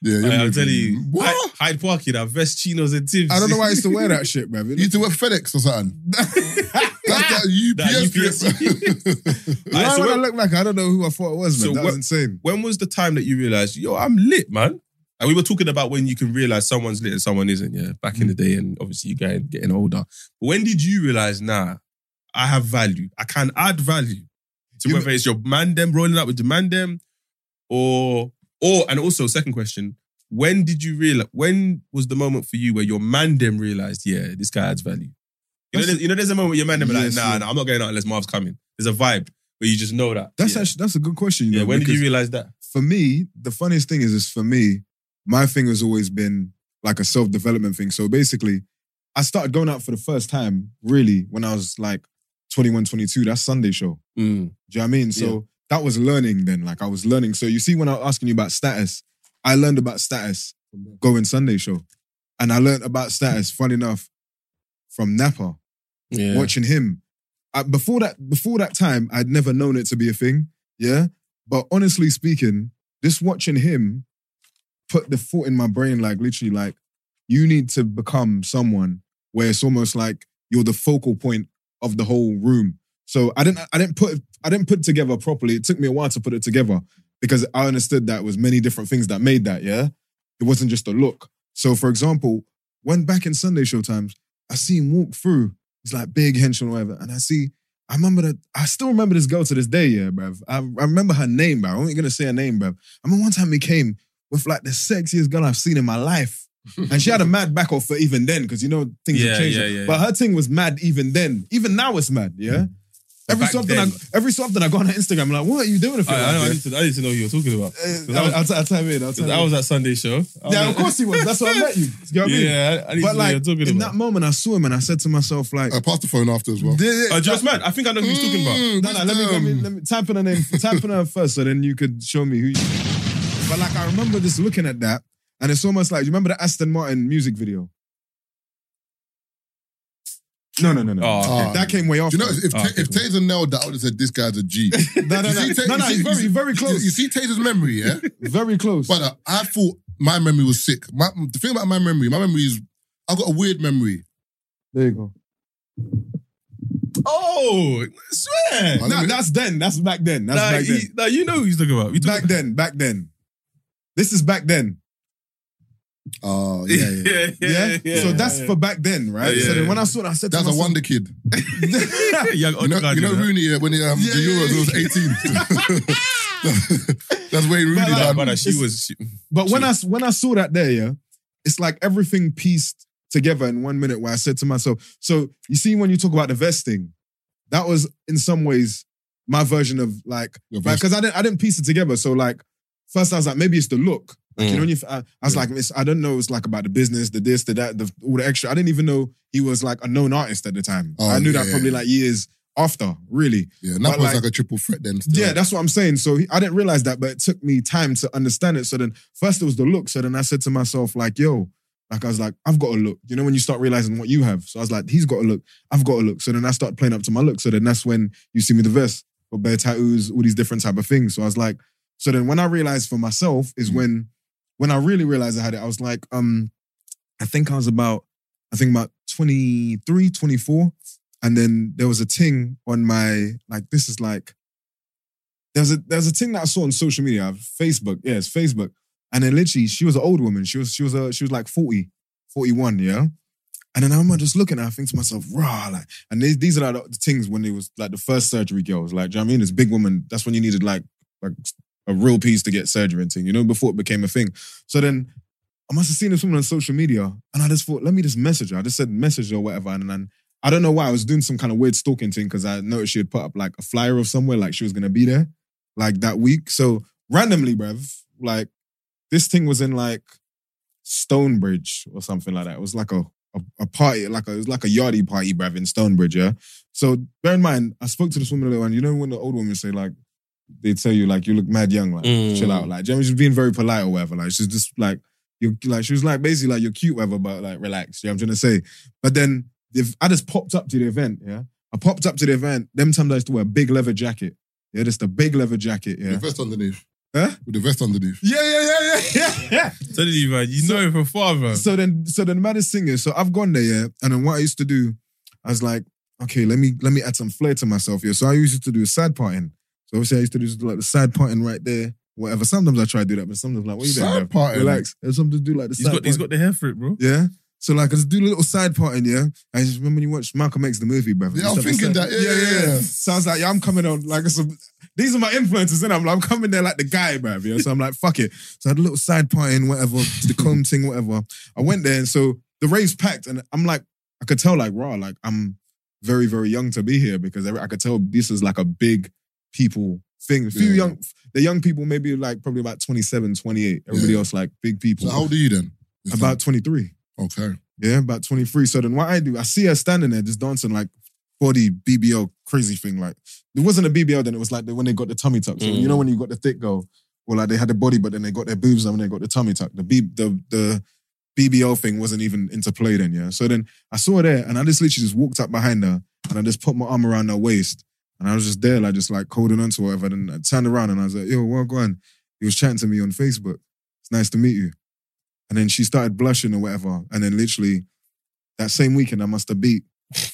S1: Yeah,
S4: Aye,
S1: you're
S4: I'll
S1: moving.
S4: tell you,
S1: What?
S4: Hy- Hyde Park, you know, vest, chinos, and Tim's.
S5: I don't know why I used to wear that shit, man.
S1: You used to wear FedEx or something. That's that UPS trip.
S4: Alright,
S5: Why
S4: so
S5: when I
S4: when-
S5: look back, I don't know who I thought it was, man.
S4: So
S5: that
S4: what-
S5: was insane.
S4: when was the time that you realized, yo, I'm lit, man? And we were talking about when you can realize someone's lit and someone isn't, yeah, back in the
S5: Mm.
S4: day, and obviously you guys getting older. But when did you realize, nah, I have value. I can add value to
S5: You-
S4: whether it's your man them rolling out with your man them, or or and also second question, when did you realize? When was the moment for you where your man them realized, yeah, this guy adds value? You know, there's, you know, there's a moment where your man them are like,
S5: Yes,
S4: nah,
S5: yeah.
S4: nah, I'm not going out unless Marv's coming. There's a vibe where you just know that.
S5: That's
S4: yeah.
S5: actually that's a good question. You
S4: yeah.
S5: know,
S4: When did
S5: because-
S4: you realize that?
S5: for me, the funniest thing is, is for me, my thing has always been like a self development thing. So basically, I started going out for the first time really when I was like 21, 22. That's Sunday show. Do you know what I mean? So that was learning then. Like I was learning. So you see, when I was asking you about status, I learned about status going Sunday show. And I learned about status, funny enough, from Napa
S4: Yeah.
S5: watching him. I, before that, before that time, I'd never known it to be a thing. Yeah, But honestly speaking, just watching him put the thought in my brain, like literally, like you need to become someone where it's almost like you're the focal point of the whole room. So I didn't, I didn't put, I didn't put it together properly. It took me a while to put it together because I understood that it was many different things that made that. Yeah, it wasn't just a look. So for example, when back in Sunday show times, I see him walk through. It's like big henchman or whatever, and I see. I remember that. I still remember this girl to this day, yeah, bruv. I, I remember her name, bruv. I ain't gonna say her name, bruv. I remember one time he came with like the sexiest girl I've seen in my life. And she had a mad back off for even then, because you know things
S4: Yeah,
S5: have changed.
S4: yeah, yeah, Mm.
S5: but her thing was mad even then. Even now it's mad, yeah. Every
S4: Back
S5: so often, I,
S4: then-
S5: every so often I go on her Instagram, I'm like, what are you doing with it?
S4: I, I, know, I,
S5: like
S4: need to, I need to know who you're talking about.
S5: this?
S4: 'Cause
S5: Uh,
S4: I was,
S5: I'll, t- I'll type it in, I'll type it
S4: I
S5: in.
S4: was at Sunday show. I was
S5: Yeah,
S4: like-
S5: of course he was. That's why I met you. You know what I mean?
S4: Yeah, I, I need
S5: But
S4: to know who
S5: like
S4: you're talking
S5: in
S4: about.
S5: that moment, I saw him and I said to myself, like,
S1: I passed the phone after as well.
S5: "Th-
S4: Uh, just man, I think I know who he's talking about.
S1: Mm,
S5: No, no, let me, let
S4: um,
S5: me, let me type in her name, type in her first, so then you could show me who you. But like, I remember just looking at that, and it's almost like you remember the Aston Martin music video. No, no, no, no.
S4: Oh,
S1: Ah.
S5: that came way off.
S1: Do you know if,
S4: Oh,
S1: Ta-
S4: okay,
S1: if
S4: cool.
S1: Taser nailed that, I would have said this guy's a G.
S5: no, no,
S1: You
S5: no,
S1: see Ta-
S5: no, no,
S1: you see-
S5: he's very,
S1: you-
S5: very
S1: You
S5: close,
S1: see Taser's memory, yeah.
S5: very close.
S1: But uh, I thought my memory was sick. My, the thing about my memory, my memory is, I've got a weird memory.
S5: There you go.
S4: oh, I swear.
S1: Nah,
S5: Nah, that's then. That's back then. That's
S4: Nah,
S5: back then.
S4: he- nah, you know who he's talking about. We
S5: back
S4: talking
S5: then. Back then. This is back then. Uh,
S1: Oh yeah, yeah.
S4: yeah,
S5: Yeah. so that's for back then, right?
S4: Yeah,
S5: so
S4: yeah,
S5: then when
S4: yeah.
S5: I saw that, I said to
S1: That's a
S5: myself,
S1: wonder kid.
S4: yeah.
S5: Oh,
S4: Young
S1: You know,
S4: Odegaard,
S1: you know
S4: yeah.
S1: Rooney uh, when he, um,
S5: Yeah,
S1: the
S5: yeah,
S1: Euros
S5: yeah.
S1: when was 18. that's Wayne Rooney.
S5: But
S4: Nah,
S5: like-
S1: man.
S4: but nah, she
S5: It's-
S4: was. She,
S5: But when I when I saw that there, yeah, it's like everything pieced together in one minute. Where I said to myself, so you see, when you talk about the vest thing, that was in some ways my version of like
S1: Your vest.
S5: because I didn't I didn't piece it together. So like first I was like maybe it's the look.
S1: Mm.
S5: Like, You know, when you, I, I was like, it's, I don't know. It's like about the business, the this, the that, the all the extra. I didn't even know he was like a known artist at the time.
S1: Oh,
S5: I knew
S1: yeah,
S5: that
S1: yeah,
S5: probably
S1: yeah.
S5: like years after, really.
S1: yeah, that was
S5: like-
S1: like, a triple threat then. still.
S5: Yeah, that's what I'm saying. So he, I didn't realize that, but it took me time to understand it. So then, first it was the look. So then I said to myself, like, yo, like I was like, I've got a look. You know, when you start realizing what you have. So I was like, he's got a look. I've got a look. So then I started playing up to my look. So then that's when you see me the vest, but bare tattoos, all these different type of things. So I was like, so then when I realized for myself is
S1: Mm.
S5: when, when I really realized I had it, I was like, um, I think I was about, I think about 23, 24. And then there was a ting on my, like, this is like, there's a there's a thing that I saw on social media, Facebook. Yeah, it's Facebook. And then literally, she was an old woman. She was she was a, she was like 40, 41, yeah. And then I remember just looking at her, thinking to myself, rah, like, and these, these are like the things when it was like the first surgery girls, like, do you know what I mean? This big woman, that's when you needed like like a real piece to get surgery and thing, you know, before it became a thing. So then I must have seen this woman on social media and I just thought, let me just message her. I just said message her or whatever. And then I don't know why I was doing some kind of weird stalking thing because I noticed she had put up like a flyer of somewhere, like she was gonna be there like that week. So randomly, bruv, like this thing was in like Stonebridge or something like that. It was like a a, a party, like a, it was like a yardie party, bruv, in Stonebridge, yeah. So bear in mind, I spoke to this woman earlier, and you know when the old women say like they tell you like you look mad young, like
S4: Mm.
S5: chill out, like Jamie's being very polite or whatever. Like she's just like you like she was like basically like you're cute, whatever, but like relax. You know what I'm trying to say. But then if I just popped up to the event, yeah. I popped up to the event. Them times I used to wear a big leather jacket. Yeah, just a big leather jacket.
S1: With
S5: Yeah.
S1: the vest underneath.
S5: Huh?
S1: With the vest underneath.
S5: Yeah, yeah, yeah, yeah, yeah,
S4: telling you, man, you know him from far,
S5: yeah.
S4: man.
S5: So then, so then, maddest thing is, so I've gone there, yeah, and then what I used to do, I was like, okay, let me let me add some flair to myself here. So I used to do a sad parting. So obviously, I used to do like the sad parting right there, whatever. Sometimes I try to do that, but sometimes like, what are you doing?
S1: Side
S5: bruv?
S1: parting?
S5: relax. And sometimes do like the
S4: He's
S5: side
S4: got, he's
S5: parting.
S4: got the hair for it, bro.
S5: Yeah. So like I just do a little side parting, yeah. I just remember when you watch Malcolm X the movie, bro.
S1: Yeah, I'm thinking that. Yeah, yeah, yeah.
S5: So I was like, yeah, I'm coming on like some. These are my influences, and I'm like, I'm coming there like the guy, bro. Yeah. So I'm like, fuck it. So I had a little side parting, whatever, to the comb thing, whatever. I went there, and so the rave's packed, and I'm like, I could tell, like, raw, like I'm very, very young to be here because I I could tell this is like a big people thing. A few
S1: Yeah.
S5: young, the young people maybe like probably about 27, 28. Everybody
S1: Yeah.
S5: else like big people.
S1: So how old are you then? This
S5: about 23.
S1: time? okay.
S5: Yeah, about 23. So then what I do, I see her standing there just dancing like body BBL crazy thing. Like it wasn't a BBL then, it was like the, when they got the tummy tuck. So
S4: Mm.
S5: you know when you got the thick girl, or like they had the body, but then they got their boobs and then they got the tummy tuck. The B, the the BBL thing wasn't even into play then, yeah. So then I saw her there and I just literally just walked up behind her and I just put my arm around her waist And I was just there, like just like holding on to whatever. Then I turned around and I was like, yo, well gone. He was chatting to me on Facebook. It's nice to meet you. And then she started blushing or whatever. And then literally that same weekend I must have beat.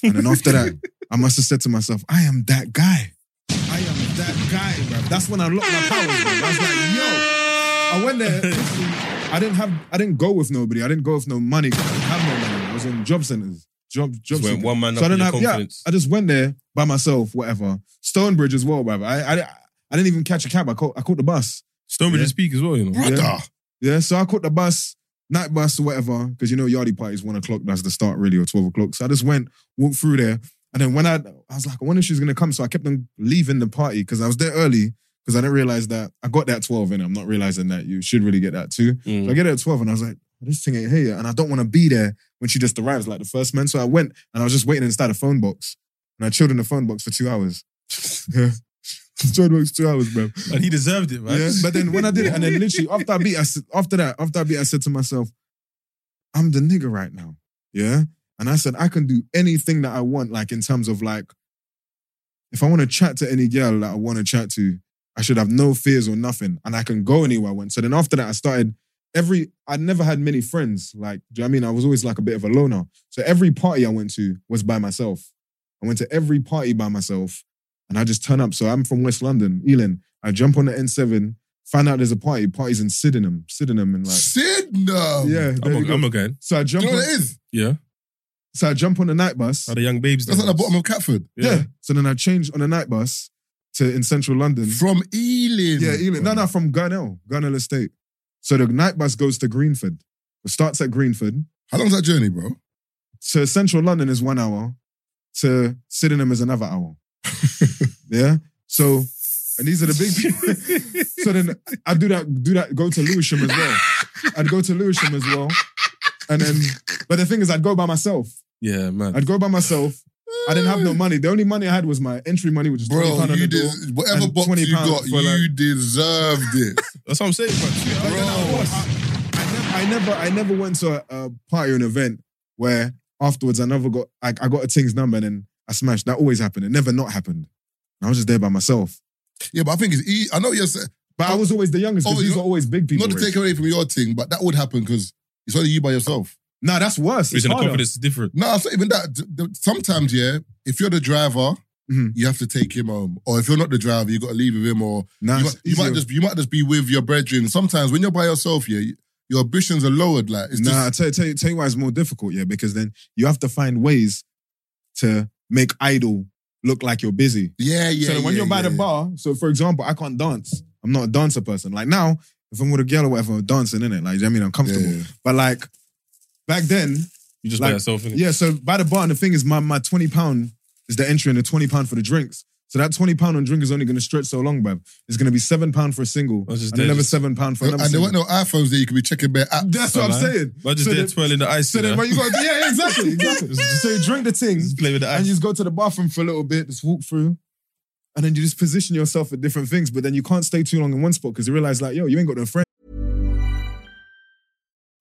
S5: And then after that, I must have said to myself, I am that guy. I am that guy, bro. That's when I locked my powers, bruv. I was like, yo. I went there. literally, I didn't have I didn't go with nobody. I didn't go with no money. I didn't have no money. I was in job centers. Job job
S4: Just went
S5: centers.
S4: one man
S5: So I
S4: up in
S5: didn't
S4: your
S5: have, yeah,
S4: confidence.
S5: I just went there by myself, whatever. Stonebridge as well, brother. I, I, I didn't even catch a cab. I caught, I caught the bus.
S4: Stonebridge
S5: Yeah.
S4: speak as well, you know.
S5: Yeah.
S1: Brother.
S5: Yeah, so I caught the bus, night bus or whatever, because you know yardie parties one o'clock. That's the start really, or twelve o'clock. So I just went, walked through there, and then when I, I was like, I wonder if she's gonna come. So I kept on leaving the party because I was there early because I didn't realize that I got that twelve in. I'm not realizing that you should really get that too.
S4: Mm.
S5: So I get there at 12 and I was like, "Oh, this thing ain't here. yet. And I don't want to be there when she just arrives like the first man. So I went and I was just waiting inside a phone box. And I chilled in the phone box for two hours. Yeah. phone box two hours, bro.
S4: And he deserved it, man.
S5: Yeah. But then when I did it, and then literally after I beat, I, said- after that, after I beat, I said to myself, I'm the nigga right now. Yeah. And I said, I can do anything that I want, like in terms of like, if I want to chat to any girl that I want to chat to, I should have no fears or nothing. And I can go anywhere I want. So then after that, I started every, I never had many friends. Like, do you know what I mean? I was always like a bit of a loner. So every party I went to was by myself. I went to every party by myself and I just turn up. So I'm from West London, Ealing. I jump on the N7, find out there's a party. Party's in Sydenham, Sydenham and like,
S1: Sydenham.
S5: yeah, there
S4: I'm, a,
S5: you go.
S4: I'm a guy.
S5: so I
S1: Do
S5: jump
S1: Oh, you know
S5: on,
S1: what it is?
S4: Yeah.
S5: so I jump on the night bus.
S4: Are the young babes
S1: That's at
S4: there?
S1: the bottom of Catford.
S5: Yeah. So then I changed on the night bus to in central London.
S1: From Ealing.
S5: yeah, Ealing. No, no, from Garnell, Garnell Estate. So the night bus goes to Greenford. It starts at Greenford.
S1: How long's that journey, bro?
S5: To central London is one hour. To Sydenham is another hour. yeah. So, and these are the big. so then I do that. Do that. Go to Lewisham as well. I'd go to Lewisham as well. And then, but the thing is, I'd go by myself.
S4: Yeah, man.
S5: I'd go by myself. I didn't have no money. The only money I had was my entry money, which is twenty
S1: Bro,
S5: pound on
S1: you
S5: the door.
S1: des- whatever
S5: and
S1: box
S5: 20
S1: you
S5: pounds
S1: got,
S5: for, like-
S1: you deserved it.
S4: That's what I'm saying, man.
S5: Like,
S1: Bro.
S5: then I was- I, I never, I never went to a, a party or an event where afterwards I never got, I, I got a thing's number and then I smashed. That always happened. It never not happened. I was just there by myself.
S1: yeah, but I think it's. E- I know what you're saying.
S5: But I was always the youngest
S1: Oh,
S5: because these
S1: you-
S5: were always big people.
S1: Not to take away from your thing, but that would happen because it's only you by yourself.
S5: nah, that's worse. It's
S4: Reason the
S5: harder.
S4: confidence is different.
S1: No, it's not even that. D- d- Sometimes, yeah, if you're the driver,
S5: Mhm.
S1: you have to take him home, or if you're not the driver, you got to leave with him, or
S5: Nah,
S1: you,
S5: it's
S1: might, you might
S5: easier.
S1: just you might just be with your brethren. Sometimes when you're by yourself, yeah, you- your ambitions are lowered. Like it's
S5: nah,
S1: just
S5: I tell you, tell you, tell you why it's more difficult, yeah, because then you have to find ways to make idle look like you're busy.
S1: yeah, yeah.
S5: so then when
S1: yeah,
S5: you're by the
S1: yeah.
S5: bar, so for example, I can't dance. I'm not a dancer person. Like now, if I'm with a girl or whatever, I'm dancing in it. Like, do you know what I mean? I'm comfortable.
S1: Yeah.
S5: But like back then,
S4: You just
S5: Like-
S4: by yourself, innit?
S5: yeah, so by the bar, and the thing is, my, my 20 pound is the entry and the 20 pound for the drinks. So that 20 pound on drink is only gonna stretch so long, bruv. It's gonna be seven pound for a single,
S4: I was just
S5: and
S4: there,
S5: another
S4: just-
S5: seven pound for
S1: And
S5: another
S1: there
S5: single.
S1: weren't no iPhones there. You could be checking bare apps.
S5: That's what I'm
S4: Alright.
S5: saying.
S4: But just
S5: So
S4: there
S5: then-
S4: twirling the ice.
S5: So then when you go, yeah, yeah, exactly, exactly. so you drink the thing,
S4: play with the
S5: and
S4: ice.
S5: you just go to the bathroom for a little bit, just walk through, and then you just position yourself at different things. But then you can't stay too long in one spot because you realize, like, yo, you ain't got no friends.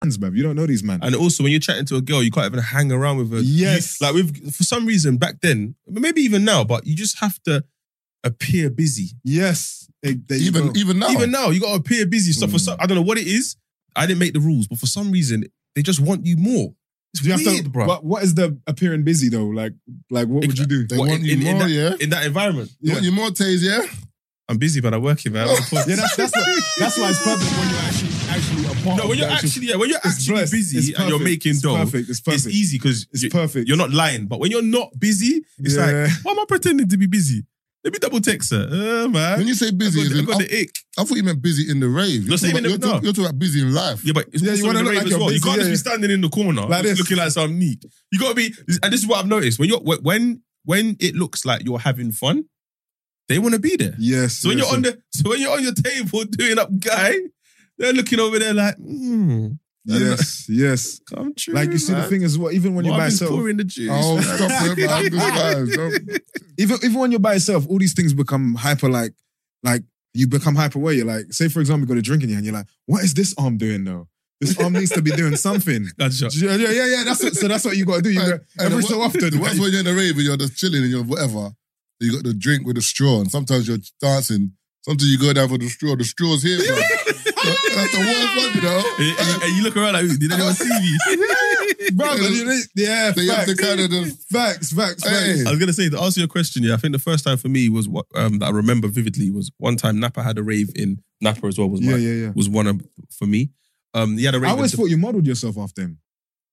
S5: friends, bruv. You don't know these man.
S4: And also, when you're chatting to a girl, you can't even hang around with her.
S5: Yes.
S4: You- like with for some reason back then, maybe even now, but you just have to appear busy.
S5: yes, eh, there you
S1: Even
S5: go.
S1: even now,
S4: Even now, you got to appear busy.
S5: Hmm.
S4: So for some, I don't know what it is. I didn't make the rules, but for some reason, they just want you more. It's
S5: Do you have
S4: weird,
S5: to,
S4: bro.
S5: What, what is the appearing busy though? Like, like what would you do?
S1: they want you
S4: in, in
S1: more.
S4: that,
S1: yeah,
S4: in that environment.
S1: you want you more, Taze. Yeah,
S4: I'm busy, but I'm working, man. I'm on point.
S5: yeah, that's that's what, that's why it's perfect when you're actually actually a part.
S4: no,
S5: of
S4: when
S5: the
S4: you're
S5: actual-
S4: actually, yeah, when you're
S5: It's
S4: actually
S5: blessed. It's
S4: busy and you're
S5: perfect.
S4: making
S5: it's
S4: dough,
S5: perfect. It's perfect.
S4: it's easy because
S5: It's
S4: you,
S5: perfect.
S4: you're not lying. But when you're not busy, it's
S5: Yeah.
S4: like, why am I pretending to be busy? Let me double text her. Uh, man.
S1: When you say busy,
S4: I
S1: is
S4: got, I
S1: in,
S4: got
S1: I,
S4: the ick.
S1: I thought you meant busy in the rave. You're,
S4: No, same
S1: talking,
S4: in
S1: about,
S4: the-
S1: you're, talking,
S4: no.
S1: you're talking about busy in life.
S4: Yeah, but it's
S5: Yeah, you
S4: also in
S5: wanna
S4: the
S5: look
S4: rave
S5: like
S4: as
S5: you're
S4: well. you
S5: busy,
S4: can't just
S5: yeah.
S4: be standing in the corner
S5: Like
S4: just
S5: this.
S4: looking like some neat. You gotta be. And this is what I've noticed. When you're when when it looks like you're having fun, they want to be there.
S5: Yes.
S4: So when
S5: yes,
S4: you're on the so when you're on your table doing up guy, they're looking over there like, mm,
S5: Yes, yes.
S4: come true.
S5: Like you see, the
S4: man.
S5: thing is, what even when you're by
S4: Marvin's
S5: yourself,
S4: pouring the juice.
S1: Oh,
S4: man.
S1: stop it, man. This guy is- don't-
S5: even even when you're by yourself, all these things become hyper. Like, like you become hyper where you're like, say for example, you got a drink in your hand, you're like, what is this arm doing though? This arm needs to be doing something.
S4: Gunshot.
S5: Yeah, yeah, yeah. yeah. That's what, so. That's what you got to do. You
S1: And-
S5: gotta,
S1: and
S5: every
S1: the
S5: so
S1: wor-
S5: often.
S1: The worst
S5: like,
S1: when you're in the rave and you're just chilling and you're whatever. You got the drink with the straw, and sometimes you're dancing. Sometimes you go down with the straw. The straw's here, bro. That's the worst one, you know.
S4: And, and- and you look around like, did anyone see me?
S5: bro, you- yeah,
S1: They have
S5: facts,
S1: to kind of just
S5: facts, facts,
S1: Hey.
S5: facts.
S4: I was gonna say to answer your question, yeah. I think the first time for me was what um, that I remember vividly was one time Napa had a rave in Napa as well was
S5: Yeah,
S4: my,
S5: yeah, yeah.
S4: was one of for me. Um, he had a rave.
S5: I always
S4: in-
S5: thought you modeled yourself after him.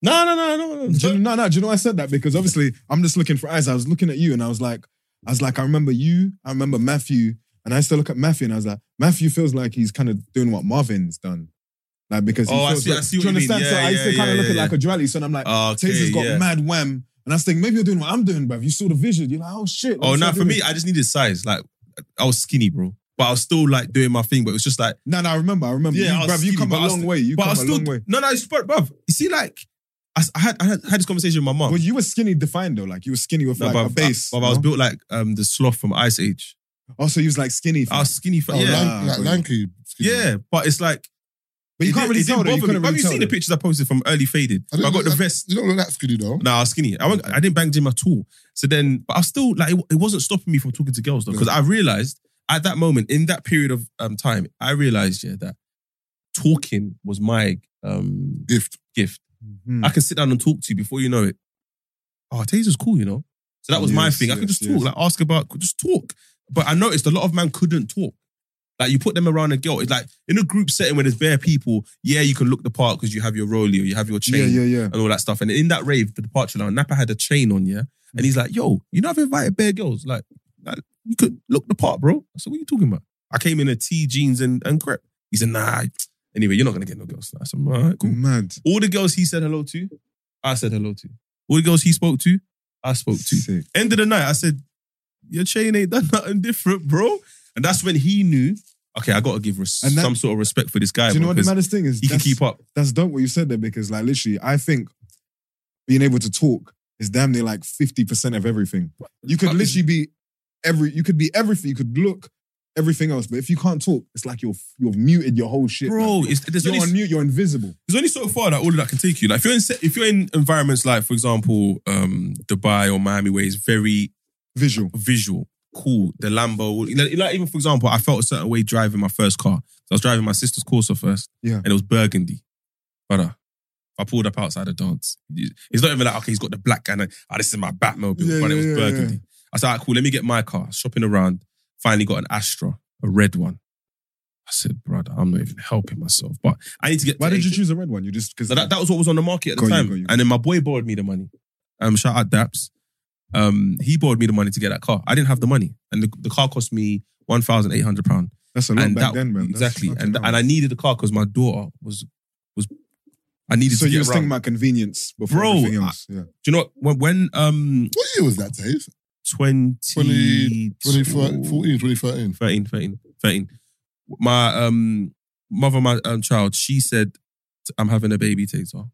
S4: no, no, no, no, no.
S5: Do you, no, no. Do you know why I said that? Because obviously, I'm just looking for eyes. I was looking at you, and I was like, I was like, I remember you. I remember Matthew, and I used to look at Matthew, and I was like, Matthew feels like he's kind of doing what Marvin's done, like because he
S4: Oh, I
S5: feels
S4: see- I
S5: like-
S4: see
S5: do
S4: what you mean.
S5: understand? so
S4: Yeah,
S5: I used to
S4: yeah,
S5: kind of
S4: yeah,
S5: look at
S4: yeah,
S5: like a duality. So I'm like,
S4: Okay,
S5: Taser's got
S4: yeah.
S5: mad wham, and I was thinking maybe you're doing what I'm doing, bruv. You saw the vision. You're like, oh shit.
S4: Oh,
S5: that's
S4: no,
S5: what
S4: for
S5: I'm
S4: me,
S5: doing.
S4: I just needed size. Like I was skinny, bro, but I was still like doing my thing. But it was just like,
S5: No, no, I remember. I remember.
S4: Yeah,
S5: Yeah,
S4: I was
S5: you, bruv, you
S4: skinny,
S5: come
S4: but
S5: a
S4: I was
S5: long
S4: still-
S5: way. You
S4: but I
S5: come
S4: was
S5: a
S4: still
S5: long way.
S4: no, no, it's but bruv. You see, like I, s- I had I had, I had this conversation with my mom.
S5: Well, you were skinny defined though. Like you were skinny with
S4: No,
S5: like a
S4: bruv,
S5: base.
S4: I, bruv, I was
S5: no?
S4: built like um the sloth from Ice Age.
S5: Oh, so you was like skinny.
S4: I
S5: fam.
S4: was skinny, fa-
S1: oh,
S4: yeah,
S1: lan-
S5: Ah,
S1: like
S5: but-
S1: lanky. skinny.
S4: yeah. But it's like
S5: but you
S4: It
S5: can't
S4: didn't-
S5: really
S4: it didn't
S5: tell. though.
S4: bother
S5: You
S4: me.
S5: couldn't
S4: Have
S5: really
S4: you
S5: tell
S4: seen the
S5: though.
S4: picters I posted from early faded?
S1: I
S4: I,
S1: didn't
S4: got the
S1: look that-
S4: vest.
S1: You don't look that skinny though.
S4: Nah, I was skinny. I, went, I didn't bang gym at all. So then, but I was still like, it, it wasn't stopping me from talking to girls though, because I realized at that moment in that period of um, time, I realized yeah that talking was my um,
S1: Gift.
S4: gift.
S5: Mhm.
S4: I can sit down and talk to you before you know it. Oh, Taser's cool, you know. So that was my
S5: Yes,
S4: thing. I could
S5: yes,
S4: just talk,
S5: yes.
S4: like ask about, could just talk. But I noticed a lot of men couldn't talk. Like you put them around a girl, it's like in a group setting where there's bare people. Yeah, you can look the part because you have your rollie or you have your chain
S5: Yeah, yeah, yeah.
S4: and all that stuff. And in that rave, the departure lounge, Napa had a chain on, yeah. And he's like, "Yo, you know I've invited bare girls. Like, like, you could look the part, bro." I said, "What are you talking about?" I came in a T jeans and and crep. He said, "Nah." Anyway, you're not gonna get no girls. I said, "All right, cool."
S5: Mad.
S4: All the girls he said hello to, I said hello to. All the girls he spoke to, I spoke to.
S5: Sick.
S4: End of the night, I said, Your chain ain't done nothing different, bro. And that's when he knew, okay, I gotta give res-
S5: And that-
S4: some sort of respect for this guy.
S5: Do you know
S4: bro,
S5: what the
S4: 'cause
S5: maddest thing is?
S4: he can
S5: That's-
S4: keep up.
S5: That's dope what you said there because, like, literally, I think being able to talk is damn near like fifty percent of everything. You could
S4: But-
S5: literally be every. You could be everything. You could look everything else, but if you can't talk, it's like you're you've muted your whole shit,
S4: Bro,
S5: man.
S4: it's, there's
S5: You're
S4: only
S5: on mute. You're invisible.
S4: there's only so far that all of that can take you. Like if you're in se- if you're in environments like, for example, um, Dubai or Miami, where it's very
S5: Visual.
S4: visual, cool. The Lambo, like, like even for example, I felt a certain way driving my first car. So I was driving my sister's Corsa first,
S5: Yeah.
S4: and it was burgundy, brother. I pulled up outside the dance. It's not even like okay, he's got the black and uh, ah, this is my Batmobile,
S5: Yeah,
S4: but it was
S5: yeah, yeah,
S4: burgundy.
S5: yeah.
S4: I said, all right, cool, let me get my car. Shopping around, finally got an Astra, a red one. I said, brother, I'm not even helping myself, but I need to get.
S5: Why
S4: to
S5: did you
S4: Asia."
S5: choose a red one? You just because
S4: So that, that was what was on the market at the
S5: Got you,
S4: time.
S5: got you.
S4: And then my boy borrowed me the money. Um, shout out Daps. Um, he borrowed me the money to get that car. I didn't have the money, and the, the car cost me one thousand eight hundred pound.
S5: that's a lot
S4: And
S5: back
S4: that
S5: then, man. That's
S4: exactly,
S5: fucking
S4: and
S5: hell.
S4: and I needed the car because my daughter was was I needed
S5: so
S4: to get
S5: you was
S4: around.
S5: thinking about convenience before
S4: Bro,
S5: everything else. yeah.
S4: Do you know what? when when um
S1: What year was that, Taze?
S4: 20,
S1: 2014, 2013.
S4: 13, 13, 13. My um mother, my um, child, she said, I'm having a baby, Taser. I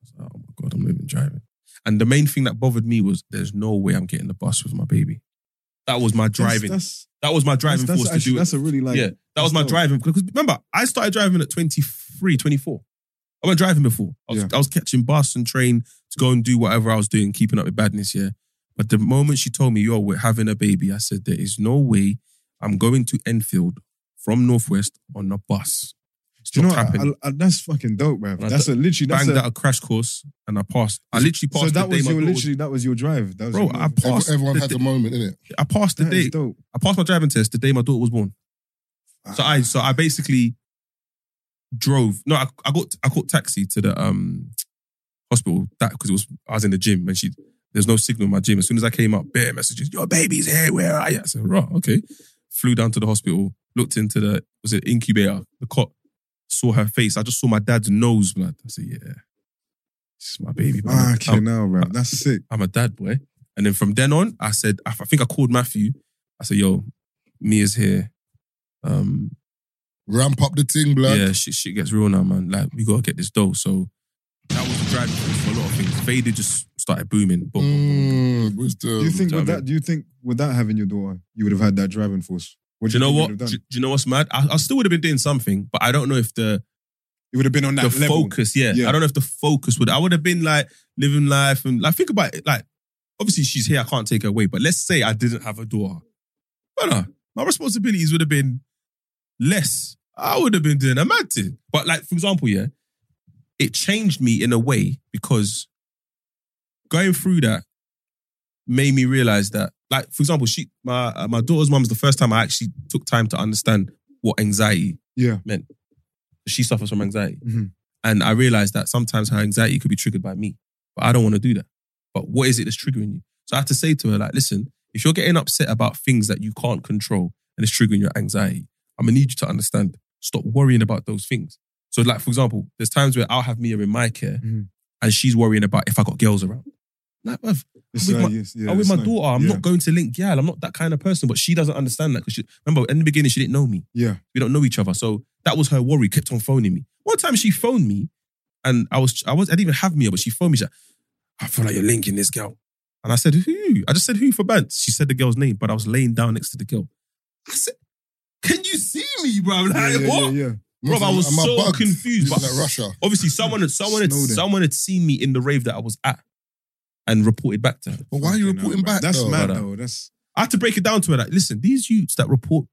S4: was like, oh my God, I'm not even driving. And the main thing that bothered me was there's no way I'm getting the bus with my baby. That was my driving.
S5: That's,
S4: that was my driving
S5: that's, that's,
S4: force
S5: actually,
S4: to do it.
S5: that's a really like
S4: yeah, that was my
S5: that's dope.
S4: driving. Because remember, I started driving at 23, 24. I went driving before. I was,
S5: Yeah.
S4: I was catching bus and train to go and do whatever I was doing, keeping up with badness, yeah. But the moment she told me, yo, we're having a baby, I said, there is no way I'm going to Enfield from Northwest on a bus. It's
S5: Do you know
S4: not
S5: what?
S4: happening.
S5: I- I- that's fucking dope, man.
S4: Like
S5: That's a literally that's
S4: Banged
S5: a,
S4: out a crash course and I passed. I literally passed
S5: So that
S4: the day
S5: was
S4: my
S5: your
S4: daughter was-
S5: literally that was your drive. That was
S4: Bro,
S5: your
S4: I
S5: drive.
S4: passed
S1: Every- Everyone
S4: the
S1: had
S4: day-
S1: a moment, innit?
S4: I passed the
S5: That is
S4: day.
S5: dope.
S4: I passed my driving test the day my daughter was born. So I so I basically drove. No, I, I got I caught taxi to the um hospital that because it was I was in the gym and she There's no signal in my gym. As soon as I came up, bare messages. Your baby's here. Where are you? I said, "Right, okay." Flew down to the hospital. Looked into the was it incubator? The cot. Saw her face. I just saw my dad's nose. Blood. I said, "Yeah, this is my baby." man.
S5: Ah,
S4: I'm-
S5: okay, now, man. That's sick.
S4: I'm a dad boy. And then from then on, I said, I I think I called Matthew. I said, yo, Mia's here. Um,
S1: Ramp up the thing, blood.
S4: yeah, shit, shit gets real now, man. Like, we gotta get this dough. So that was the driving force for a lot of things. Vader just started booming. Boom, boom, boom.
S1: Mm, wisdom.
S5: Do you think
S4: do you know
S5: with
S4: what I
S5: that? Do you think without having your daughter, you would have had that driving force? What
S4: Do you know
S5: think
S4: what?
S5: you'd
S4: Do,
S5: have
S4: do
S5: done?
S4: you know what's mad? I, I still would have been doing something, but I don't know if the
S5: You would have been on that
S4: the
S5: level.
S4: focus. Yeah.
S5: Yeah.
S4: I don't know if the focus would. I would have been like living life and like think about it. Like obviously she's here. I can't take her away. But let's say I didn't have a daughter, brother, my responsibilities would have been less. I would have been doing a mad thing. But like for example, yeah, it changed me in a way because going through that made me realize that. Like for example, she my uh, my daughter's mum is the first time I actually took time to understand what anxiety
S5: Yeah.
S4: she suffers from anxiety.
S5: Mhm.
S4: And I realized that sometimes her anxiety could be triggered by me, but I don't want to do that. But what is it that's triggering you? So I had to say to her, like, listen, if you're getting upset about things that you can't control and it's triggering your anxiety, I'm gonna need you to understand. Stop worrying about those things. So, like, for example, there's times where I'll have Mia in my care
S5: Mhm.
S4: and she's worrying about if I got girls around. Like, bruv,
S5: It's
S4: with
S5: like,
S4: my-
S5: yes, yeah,
S4: I'm with
S5: it's
S4: my
S5: like-
S4: daughter. I'm
S5: yeah.
S4: not going to link Gyal. I'm not that kind of person. But she doesn't understand that because she remember in the beginning she didn't know me.
S5: Yeah.
S4: We don't know each other. So that was her worry. Kept on phoning me. One time she phoned me, and I was I was I didn't even have Mia, but she phoned me. She's like, I feel like you're linking this girl. And I said, Who? I just said who for Bance. She said the girl's name, but I was laying down next to the girl. I said, Can you see me, bro? Like,
S5: Yeah, yeah,
S4: what?
S5: yeah, yeah.
S1: Must-
S4: Bro, I was
S1: am
S4: so
S1: bugged?
S4: confused,
S1: This is
S4: but-
S1: like Russia.
S4: Obviously, someone had someone had
S5: Snowden.
S4: someone had seen me in the rave that I was at and reported back to her.
S1: But why are you
S5: Fucking hell,
S1: reporting
S5: bro.
S1: back?
S5: That's
S1: though?
S5: mad
S4: brother?
S5: though. That's
S4: I had to break it down to her like, listen, these youths that report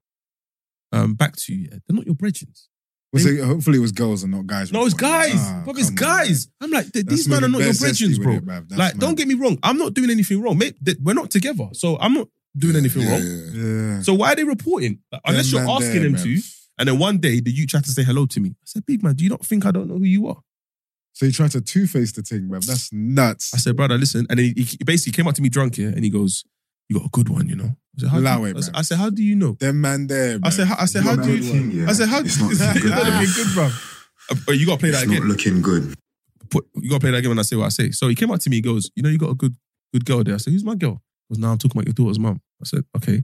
S4: um, back to you, yeah, they're not your brethrens.
S5: was
S4: They-
S5: it, hopefully it was girls and not guys.
S4: No, it's
S5: reporting.
S4: guys.
S5: Ah,
S4: bruv, it's
S5: come on,
S4: guys.
S5: bruv.
S4: I'm like, th-
S5: That's
S4: these men are
S5: moving
S4: not your
S5: bare zesty
S4: brethrens,
S5: with
S4: bro.
S5: it, bruv. That's
S4: like, don't
S5: mad.
S4: get me wrong. I'm not doing anything wrong. Mate, th- we're not together. So I'm not doing anything
S1: Yeah,
S4: wrong.
S1: yeah.
S5: Yeah.
S4: So why are they reporting? Like, unless
S5: Them
S4: you're
S5: man
S4: asking
S5: there,
S4: them
S5: bruv.
S4: to. And then one day the youth tried to say hello to me. I said, big man, do you not think I don't know who you are?
S5: So you tried to two face the thing, man. That's nuts.
S4: I said, brother, listen. And then he, he basically came up to me drunk here and he goes, you got a good one, you know? I said, how, do
S5: Allow
S4: you,
S5: it,
S4: I said-
S5: bruv.
S4: I said, how do you know?
S5: Them man there.
S4: I said,
S5: bruv.
S4: how- I said, how do you...
S6: Thing, yeah.
S4: I said, how
S6: it's not looking
S4: it's
S6: good.
S4: not
S6: man.
S4: looking good, bro. Uh, you gotta play that
S6: It's not
S4: again.
S6: looking good.
S4: Put- you gotta play that again when I say what I say. So he came up to me, he goes, You know, you got a good good girl there. I said, Who's my girl? He goes, No, I'm talking about your daughter's mum. I said, Okay.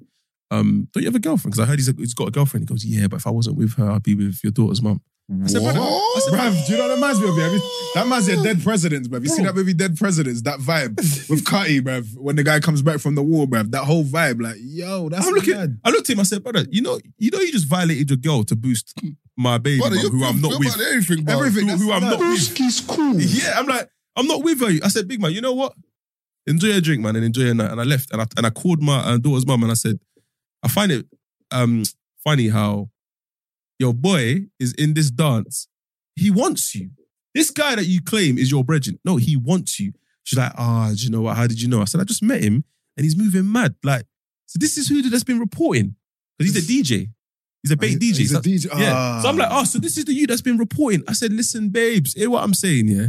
S4: Um, don't you have a girlfriend? Because I heard he's, he's got a girlfriend. He goes, Yeah, but if I wasn't with her, I'd be with your daughter's mum. I said, "Brother," I said,
S5: Bruv, do you know what that reminds me of? Yeah? That man's your dead presidents, bruv. You see that movie Dead Presidents, that vibe with Cutty, bruv. When the guy comes back from the war, bruv, that whole vibe, like, yo, that's
S4: I'm looking.
S5: mad.
S4: I looked at him. I said, "Brother, you know, you know, you just violated your girl to boost my baby,
S1: Brother,
S4: mum,
S1: you're
S4: who I'm
S1: good-
S4: not
S1: you're
S4: with.
S1: about everything, bro.
S4: Everything.
S1: Who-
S4: Who, who I'm not
S5: That's
S4: with.
S1: cool.
S4: Yeah, I'm like, I'm not with her. I said, big man, you know what? Enjoy your drink, man, and enjoy your night. And I left, and I and I called my uh, daughter's mum, and I said, I find it um funny how your boy is in this dance. He wants you. This guy that you claim is your brethren. No, he wants you. She's like, ah, do you know what? How did you know? I said, I just met him, and he's moving mad. Like, so this is who that's been reporting because he's a DJ. He's a bait DJ.
S5: Oh, He's
S4: So-
S5: a Ah, DJ.
S4: yeah. So I'm like, oh, so this is the you that's been reporting. I said, listen, babes, hear what I'm saying, yeah?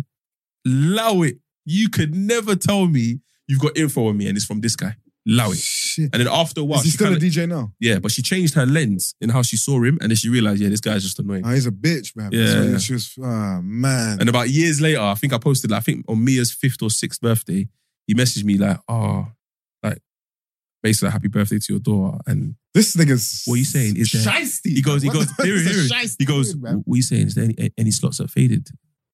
S4: Allow it. You could never tell me you've got info on me and it's from this guy. Allow it.
S5: shit.
S4: And then after a while,
S5: Is he
S4: she
S5: still
S4: kinda,
S5: a DJ now?
S4: yeah, but she changed her lens in how she saw him and then she realized, yeah, this guy's just annoying.
S5: Ah, he's a bitch, bruv.
S4: Yeah.
S5: That's why she was, ah, man.
S4: And about years later, I think I posted, like, I think on Mia's fifth or sixth birthday, he messaged me like, oh, like, basically, like, happy birthday to your daughter. And
S5: this nigga's.
S4: What are you saying? Is there-
S5: Shiesty.
S4: he goes, he
S5: What
S4: goes,
S5: the-
S4: hear it,
S5: it's a
S4: hear it.
S5: shiesty
S4: he goes,
S5: dude,
S4: what
S5: bruv.
S4: are you saying? Is there any, any slots that faded?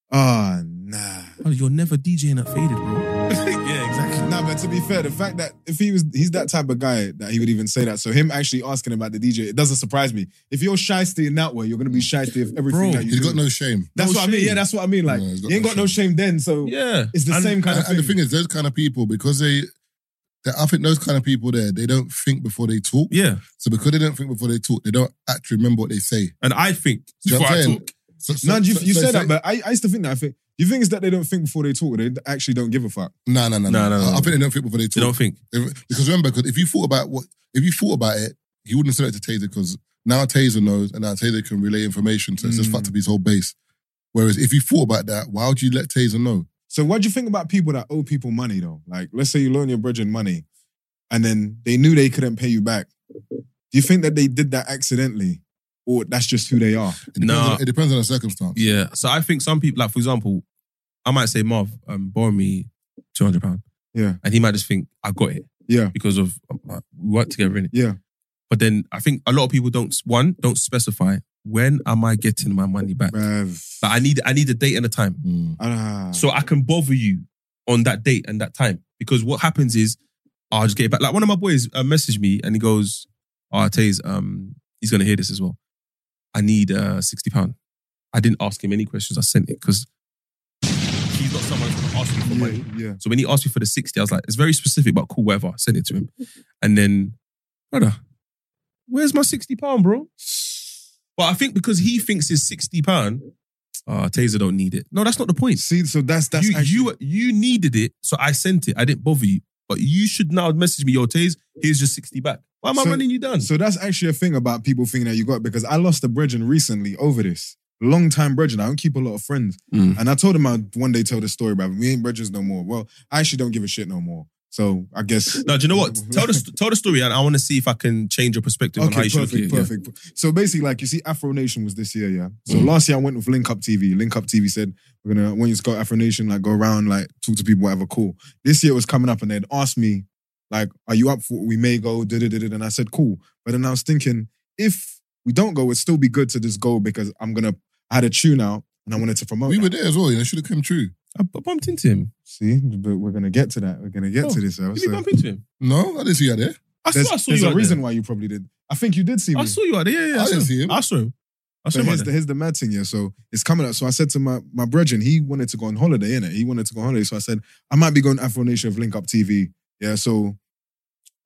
S5: Ah, nah.
S4: Oh, you're never DJing at Faded, bro. yeah, exactly.
S5: Nah, but to be fair, the fact that if he was, he's that type of guy that he would even say that. So him actually asking about the DJ, it doesn't surprise me. If you're shysty in that way, you're gonna be shysty of everything
S4: Bro,
S5: that you
S1: He's
S5: do.
S1: got no shame.
S5: that's
S4: no
S5: what I mean.
S4: shame.
S5: Yeah, that's what I mean. Like
S1: Yeah, he's got
S5: you ain't
S1: no
S5: got no shame then, so
S4: Yeah.
S5: it's the
S4: And-
S5: same kind
S1: And,
S5: of thing.
S1: and the thing is, those kind of people, because they, they, I think those kind of people there, they don't think before they talk.
S4: Yeah.
S1: So because they don't think before they talk, they don't actually remember what they say.
S4: And I think
S1: Do you know
S4: before
S1: what I'm
S4: I
S1: saying?
S4: talk,
S1: So, so,
S5: no, you, you
S1: so- so-
S5: said that, but I, I used to think that. I think you think it's that they don't think before they talk. They actually don't give a fuck.
S1: No, no, no, no.
S4: No, no, no,
S1: I- I
S4: no.
S1: think they don't think before they
S4: you
S1: talk.
S4: don't think.
S1: If- because remember, because if you thought about what, if you thought about it, he wouldn't have said it to Taser because now Taser knows and now Taser can relay information. So it's just
S5: Mm.
S1: fucked up his whole base. Whereas if you thought about that, why would you let Taser know?
S5: So what do you think about people that owe people money though? Like, let's say you loan your brethren money, and then they knew they couldn't pay you back. Do you think that they did that accidentally, or that's just who they are?
S1: It depends,
S4: Nah.
S1: on, it depends on the circumstance.
S4: Yeah. So I think some people, like for example, I might say, Marv, um, borrow me two hundred pound.
S5: Yeah.
S4: And he might just think I got it.
S5: Yeah.
S4: Because of um, like, we work together innit?
S5: Yeah.
S4: But then I think a lot of people don't one don't specify when am I getting my money back.
S5: Bruv.
S4: But I need I need a date and a time
S1: Mm.
S5: Ah.
S4: so I can bother you on that date and that time because what happens is I'll just get it back. Like one of my boys uh, messaged me and he goes, "Oh, Taze, um, he's gonna hear this as well. I need uh sixty pound. I didn't ask him any questions. I sent it because he's not someone who's gonna ask me for
S5: yeah,
S4: money.
S5: yeah.
S4: So when he asked me for the 60, I was like, it's very specific, but cool, whatever. I sent it to him. And then, brother, where's my 60 pound, bro? But I think because he thinks his 60 pound, uh, Taser don't need it. No, that's not the point.
S5: See, so that's that's
S4: you,
S5: actually,
S4: you, you needed it, so I sent it. I didn't bother you. But you should now message me, yo, Taze, here's your 60 back. Why am I
S5: So-
S4: running you down?
S5: So that's actually a thing about people thinking that you got it, because I lost a brethren recently over this. Long time brethren. I don't keep a lot of friends.
S4: Mm.
S5: And I told him I'd one day tell the story, but we ain't brethren no more. Well, I actually don't give a shit no more. So I guess
S4: no, do you know what? Tell the, st- tell the story, and I want to see if I can change your perspective on how you
S5: Okay,
S4: should
S5: perfect,
S4: look at it. yeah.
S5: perfect. So basically, like you see, Afro Nation was this year, yeah. So
S4: Mm.
S5: last year I went with Link Up TV. Link Up TV said we're gonna when you go Afro Nation, like go around, like talk to people, whatever. Cool. This year it was coming up, and they'd asked me, like, "Are you up for? it? We may go." Da da da da. And I said, "Cool." But then I was thinking, if we don't go, it'd still be good to just go because I'm gonna. I had a tune out, and I wanted to promote.
S1: We
S5: that.
S1: were there as well. You know, should have come true.
S4: I b- bumped into him.
S5: see, but we're gonna get to that. We're gonna get
S4: Oh,
S5: to this. yeah.
S4: Did
S5: So
S4: you bump into him?
S1: No, I didn't see you there.
S4: I
S5: there's
S4: saw, I saw
S5: there's
S4: you
S5: a
S4: out there.
S5: reason why you probably did. I think you did see me.
S4: I saw you out there. Yeah, yeah,
S1: I
S4: saw
S1: didn't see him.
S4: I saw him. I saw
S5: So
S4: him. out
S5: here's the,
S4: there.
S5: here's the mad thing, yeah. So it's coming up. So I said to my my brethren, he wanted to go on holiday, innit? He wanted to go on holiday. So I said, I might be going Afro Nation of Link Up TV. Yeah, so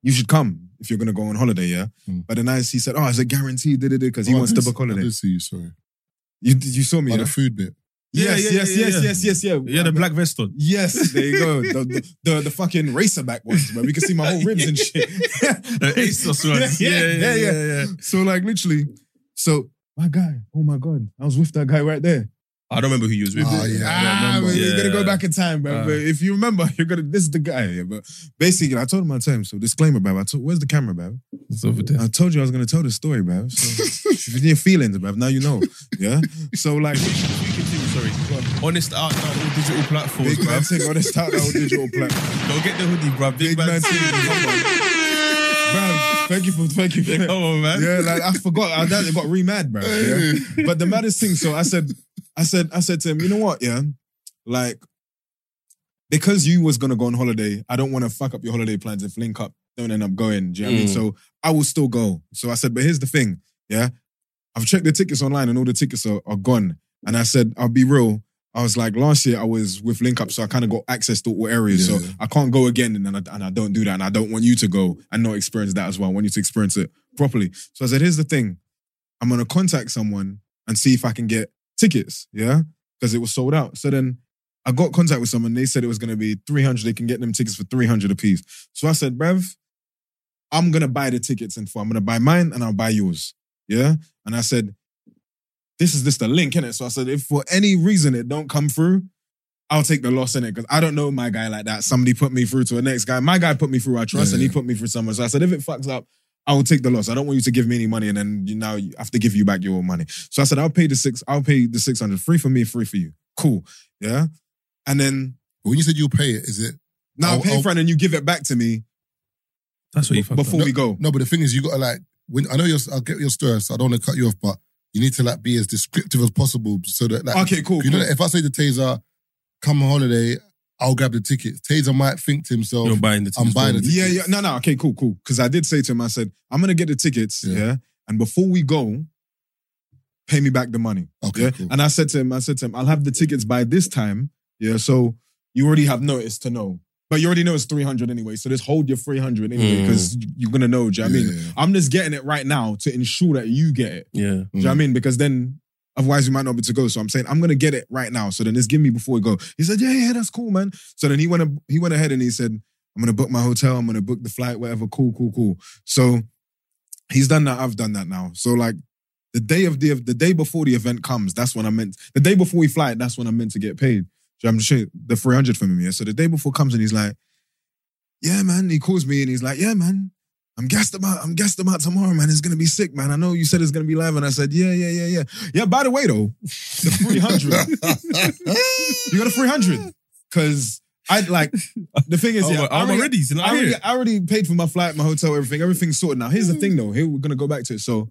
S5: you should come if you're gonna go on holiday, yeah.
S1: Hmm.
S5: But then I, he said, Oh, it's a guarantee, did it because he
S1: Oh, I
S5: wants
S1: did
S5: to
S1: see-
S5: book holiday.
S1: I did see you, sorry.
S5: You you saw me.
S1: By
S5: yeah?
S1: the food bit.
S4: Yeah,
S5: Yes,
S4: yeah,
S5: yes,
S4: yeah,
S5: yes,
S4: yeah.
S5: yes, yes, yeah.
S4: Yeah, the black vest on.
S5: Yes, there you go. The, the, the, the fucking racer back ones, but we can see my whole ribs and shit.
S4: The ASOS one. Yeah, yeah, yeah, yeah.
S5: So like literally, so my guy, oh my god, I was with that guy right there.
S4: I don't remember who you was with.
S1: Oh,
S4: I
S1: yeah.
S5: Ah,
S4: remember.
S5: but you're gonna go
S4: Yeah.
S5: back in time, bro.
S4: Uh.
S5: but if you remember, you're gonna. This is the guy. Yeah, but basically, I told him my time. So disclaimer, bro. I told, where's the camera, bro?
S4: It's over there.
S5: I told you I was gonna tell the story, bro. So if you need feelings, bro, now you know. Yeah. So like,
S4: We continue, sorry. Honest art now, all digital platforms,
S5: big man,
S4: bruv.
S5: take all this out that digital platform.
S4: Go get the hoodie, bruv. Big,
S5: Big man,
S4: man.
S5: take Bro, thank you for thank you. For
S4: Yeah,
S5: that.
S4: Come on, man.
S5: Yeah, like I forgot. I dad got remad, bro. Yeah? But the maddest thing, so I said, I said, I said to him, you know what, yeah, like because you was gonna go on holiday, I don't want to fuck up your holiday plans if Link Up don't end up going. Do you know what I mean?
S4: Mm.
S5: So I will still go. So I said, but here's the thing, yeah, I've checked the tickets online and all the tickets are, are gone. And I said, I'll be real. I was like, last year I was with Link Up, so I kind of got access to all areas.
S1: Yeah.
S5: So I can't go again, and I, and I don't do that, and I don't want you to go and not experience that as well. I want you to experience it properly. So I said, here's the thing. I'm gonna contact someone and see if I can get tickets, yeah? Because it was sold out. So then I got contact with someone. They said it was gonna be 300. They can get them tickets for 300 apiece. So I said, bruv, I'm gonna buy the tickets and for I'm gonna buy mine and I'll buy yours, yeah? And I said, this is just a link, innit? So I said, if for any reason it don't come through, I'll take the loss in it because I don't know my guy like that. Somebody put me through to the next guy. My guy put me through. I trust,
S1: Yeah,
S5: and he
S1: yeah.
S5: put me through someone. So I said, if it fucks up, I will take the loss. I don't want you to give me any money, and then you now you have to give you back your money. So I said, I'll pay the six. I'll pay the six hundred. Free for me, free for you. Cool. Yeah. And then
S1: But when you said you'll pay it, is it?
S5: now I'll,
S1: I'll-
S5: pay
S1: I'll-
S5: for it, and you give it back to me
S4: That's what you fucked
S5: before
S4: up.
S5: we go.
S1: No, but the thing is, you got to like, when, I know your, I'll get your story, so I don't want to cut you off, but you need to like be as descriptive as possible so that like,
S5: okay, cool.
S1: you know,
S5: cool.
S1: that if I say to Taser, come on holiday, I'll grab the tickets. Taser might think to himself,
S4: You're buying the
S1: I'm
S4: tickets,
S1: buying
S4: bro.
S1: the
S5: Yeah, yeah. No, no. Okay, cool, cool. Because I did say to him, I said, I'm gonna get the tickets.
S1: Yeah.
S5: Yeah. And before we go, pay me back the money.
S1: okay,
S5: Yeah.
S1: cool.
S5: And I said to him, I said to him, I'll have the tickets by this time. Yeah. So you already have notice to know. But you already know it's 300 anyway. So just hold your 300 anyway,
S4: Mm.
S5: because you're gonna know. Do you know what I mean?
S1: Yeah, yeah.
S5: I'm just getting it right now to ensure that you get it.
S4: Yeah.
S5: Do you know what I mean? Because then otherwise we might not be able to go. So I'm saying I'm gonna get it right now. So then just give me before we go. He said, Yeah, yeah, that's cool, man. So then he went a- he went ahead and he said, I'm gonna book my hotel, I'm gonna book the flight, whatever. Cool, cool, cool. So he's done that, I've done that now. So like the day of the the day before the event comes, that's when I meant the day before we fly, that's when I'm meant to get paid. Do So I'm just showing you the 300 from him. Yeah. So the day before comes and he's like, yeah, man. He calls me and he's like, yeah, man. I'm gassed about. I'm gassed about tomorrow, man. It's gonna be sick, man. I know you said it's gonna be live, and I said, yeah, yeah, yeah, yeah, yeah. By the way, though, the 300. you got a 300 because I like the thing is,
S4: Oh,
S5: yeah,
S4: well, I'm already, so now
S5: I
S4: here.
S5: already, I already paid for my flight, my hotel, everything. Everything's sorted now. Here's the thing, though. Here we're gonna go back to it. So,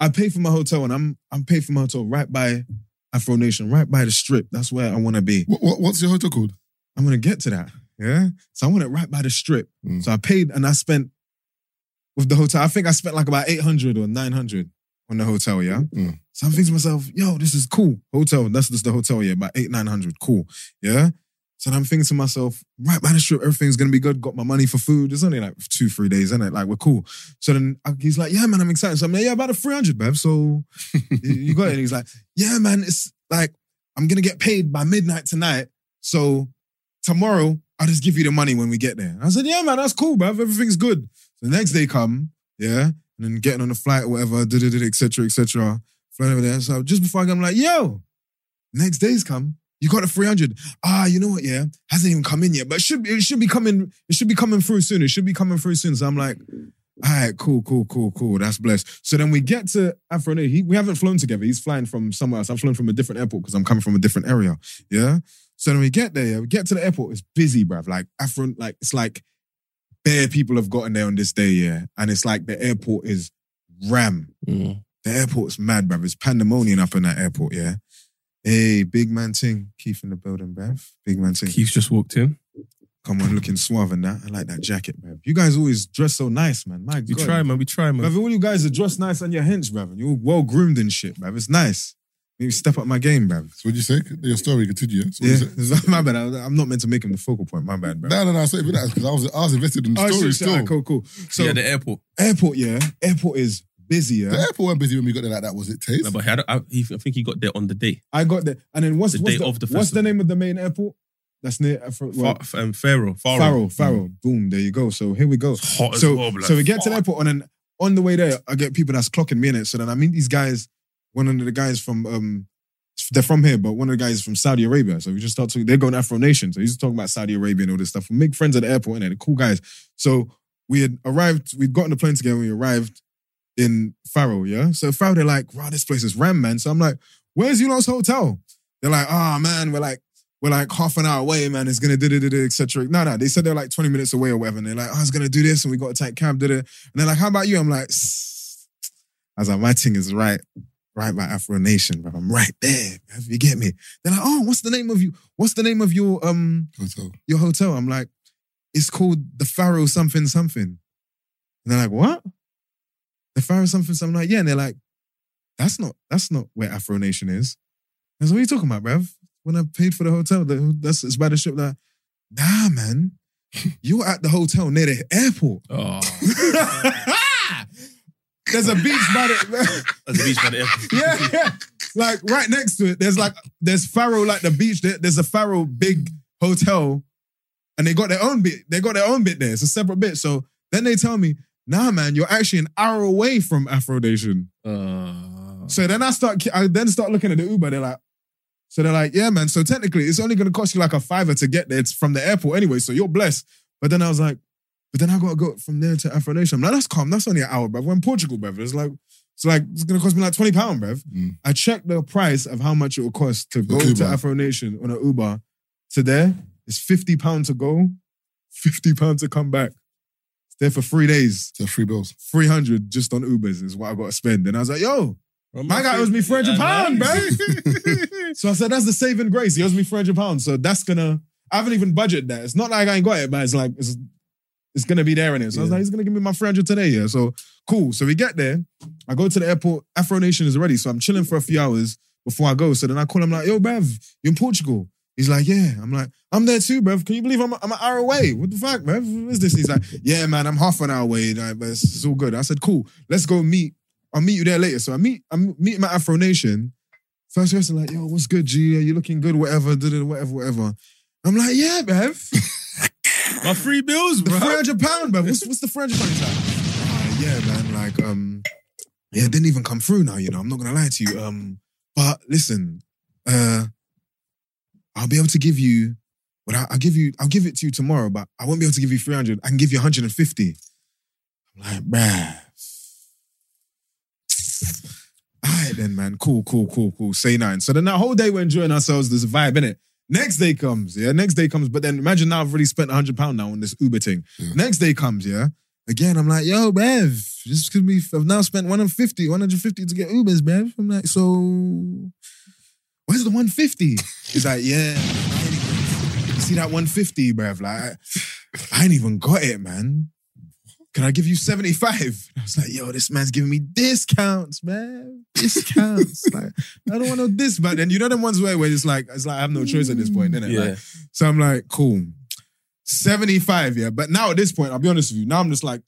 S5: I paid for my hotel, and I'm I'm paid for my hotel right by Afro Nation, right by the Strip. That's where I want to be.
S1: What, what, what's your hotel called?
S5: I'm gonna get to that. Yeah. So I want it right by the Strip.
S1: Mm.
S5: So I paid, and I spent with the hotel. I think I spent like about eight hundred or nine hundred on the hotel. Yeah.
S1: Mm.
S5: So I'm thinking to myself, yo, this is cool. Hotel. That's just the hotel. Yeah, about eight nine hundred. Cool. Yeah. So then I'm thinking to myself, right by the strip, everything's gonna be good. Got my money for food. It's only like two, three days, isn't it? Like we're cool. So then I- he's like, yeah, man, I'm excited. So I'm like, yeah, about a three hundred, babe. So you- you got it. And he's like, yeah, man, it's like I'm gonna get paid by midnight tonight. So tomorrow I'll just give you the money when we get there. And I said, yeah, man, that's cool, bruv. Everything's good. So the next day come, yeah, and then getting on the flight or whatever, da da da, et cetera, et cetera. Flying over there. So just before I go, I'm like, yo, next day's come. You got a 300. Ah, you know what? Yeah, hasn't even come in yet, but it should be- it should be coming. It should be coming through soon. It should be coming through soon. So I'm like, all right, cool, cool, cool, cool. That's blessed. So then we get to Afro. He, we haven't flown together. He's flying from somewhere else. I'm flying from a different airport because I'm coming from a different area. Yeah. So then we get there. Yeah, we get to the airport. It's busy, bruv. Like Afro, like it's like bare people have gotten there on this day. Yeah, and it's like the airport is ram.
S4: Mm.
S5: The airport's mad, bruv. It's pandemonium up in that airport, yeah. Hey, big man ting. Keith in the building, bruv. Big man ting.
S4: Keith's just walked in.
S5: Come on, looking suave and that. I like that jacket, bruv. You guys always dress so nice, man. My
S4: We
S5: God.
S4: try, man. We try, man.
S5: Bruv, all you guys are dressed nice on your hinge, bruv. And you're well groomed and shit, bruv. It's nice. Maybe step up my game, bruv.
S1: So what'd you say? Your story continue. Yeah. So what'd
S5: Yeah,
S1: you say?
S5: my bad. I, I'm not meant to make him the focal point. My bad, bruv.
S1: No, no, no. Say that because I was, I was invested in the
S5: Oh,
S1: story
S5: shit, shit.
S1: still.
S5: Alright, cool, cool. So,
S4: yeah, the airport.
S5: airport, yeah. Airport is busy, yeah.
S1: The airport went busy when we got there like that, was it, Taste?
S4: No, but he had- I, he, I think he got there on the day.
S5: I got there. And then what's,
S4: The
S5: what's,
S4: day of the
S5: what's the
S4: festival.
S5: name of the main airport? That's near Afro. well,
S4: Far, um, Pharaoh. Pharaoh. Mm.
S5: Farrell, Farrell, boom, there you go. So here we go.
S4: It's hot as
S5: so,
S4: well, blood.
S5: so we get to the
S4: Fuck.
S5: airport, and then on the way there, I get people that's clocking me in it. So then I meet these guys. One of the guys from um, they're from here, but one of the guys is from Saudi Arabia. So we just start talking. They're going Afro Nation, so he's talking about Saudi Arabia and all this stuff. We make friends at the airport, and they're cool guys. So we had arrived. We'd gotten the plane together. We arrived in Farrell, yeah. So Farrell, they're like, "Wow, this place is ram, man." So I'm like, "Where's you lot's hotel?" They're like, "Ah, man, we're like." we're like half an hour away, man. It's gonna do da da da, etc. No, no, they said they're like 20 minutes away or whatever. And they're like, oh, it's gonna do this, and we gotta take cab, da da. And they're like, how about you? I'm like, "Sss." I was like, my thing is right, right by Afro Nation, bro. I'm right there, bruv. you get me? They're like, oh, what's the name of you? What's the name of your um
S1: Hotel.
S5: your hotel? I'm like, it's called the Pharaoh something something. And they're like, what? The Pharaoh something something. I'm like, yeah. And they're like, that's not that's not where Afro Nation is. And so what are you talking about, bruv? When I paid for the hotel, the, that's it's by the ship. Like, nah, man, you were at the hotel near the airport.
S4: Oh,
S5: There's a beach by the
S4: that's the beach by the airport.
S5: yeah, yeah. Like right next to it, there's like there's Faro like the beach. There, there's a Faro big hotel, and they got their own bit. They got their own bit there. It's a separate bit. So then they tell me, Nah, man, you're actually an hour away from Afro Nation.
S4: Uh,
S5: So then I start. I then start looking at the Uber. They're like. So they're like, yeah, man. So technically, it's only going to cost you like a fiver to get there from the airport anyway. So you're blessed. But then I was like, but then I got to go from there to Afro Nation. I'm like, that's calm. That's only an hour, bruv. We're in Portugal, bruv. It's like, it's like, it's going to cost me like 20 pounds, bruv.
S1: Mm.
S5: I checked the price of how much it will cost to go
S1: Uber.
S5: to Afro Nation on an Uber to there. It's 50 pounds to go, 50 pounds to come back. It's there for three days.
S1: So three bills.
S5: 300 just on Ubers is what I got to spend. And I was like, yo, my guy owes me 300 pounds, bro. so I said, that's the saving grace. He owes me 300 pounds. So that's gonna, I haven't even budgeted that. It's not like I ain't got it, but it's like, it's, it's gonna be there in it. So I was
S1: Yeah.
S5: like, he's gonna give me my 300 today, yeah. So cool. So we get there. I go to the airport. Afro Nation is ready. So I'm chilling for a few hours before I go. So then I call him like, yo, Bev, you in Portugal? He's like, yeah. I'm like, I'm there too, bruv. Can you believe I'm, I'm an hour away? What the fuck, bruv? What is this? He's like, yeah, man, I'm half an hour away. Like, but it's, it's all good. I said, cool. Let's go meet. I'll meet you there later. So I meet, I'm meeting my Afro Nation. First person like, yo, what's good, G? Are you looking good? Whatever, da-da, whatever, whatever. I'm like, yeah, bruv.
S4: My three bills,
S5: The
S4: bro.
S5: 300 pound, bruv. What's, what's the 300 pound? He's like, "Ah, yeah, man. Like, um, yeah, it didn't even come through now, you know. I'm not going to lie to you. Um, but listen, uh, I'll be able to give you, well, I- I'll give you, I'll give it to you tomorrow, but I won't be able to give you 300. I can give you 150. I'm like, bruh. All right then, man. Cool, cool, cool, cool. Say nine. So then that whole day we're enjoying ourselves. There's a vibe in it. Next day comes, yeah. Next day comes, but then imagine now I've already spent hundred pound now on this Uber thing. Next day comes, yeah. Again, I'm like, yo, Bev, just because we I've now spent 150, 150 to get Ubers, Bev. I'm like, so where's the 150? He's like, yeah, I ain't even- you see that 150, Bev? Like, I ain't even got it, man. Can I give you 75? I was like, yo, this man's giving me discounts, man. Discounts. like, I don't want no this, but then you know them ones where, where it's like, it's like I have no choice at this point, innit?
S4: Yeah.
S5: Like, so I'm like, cool. 75, yeah. But now at this point, I'll be honest with you, now I'm just like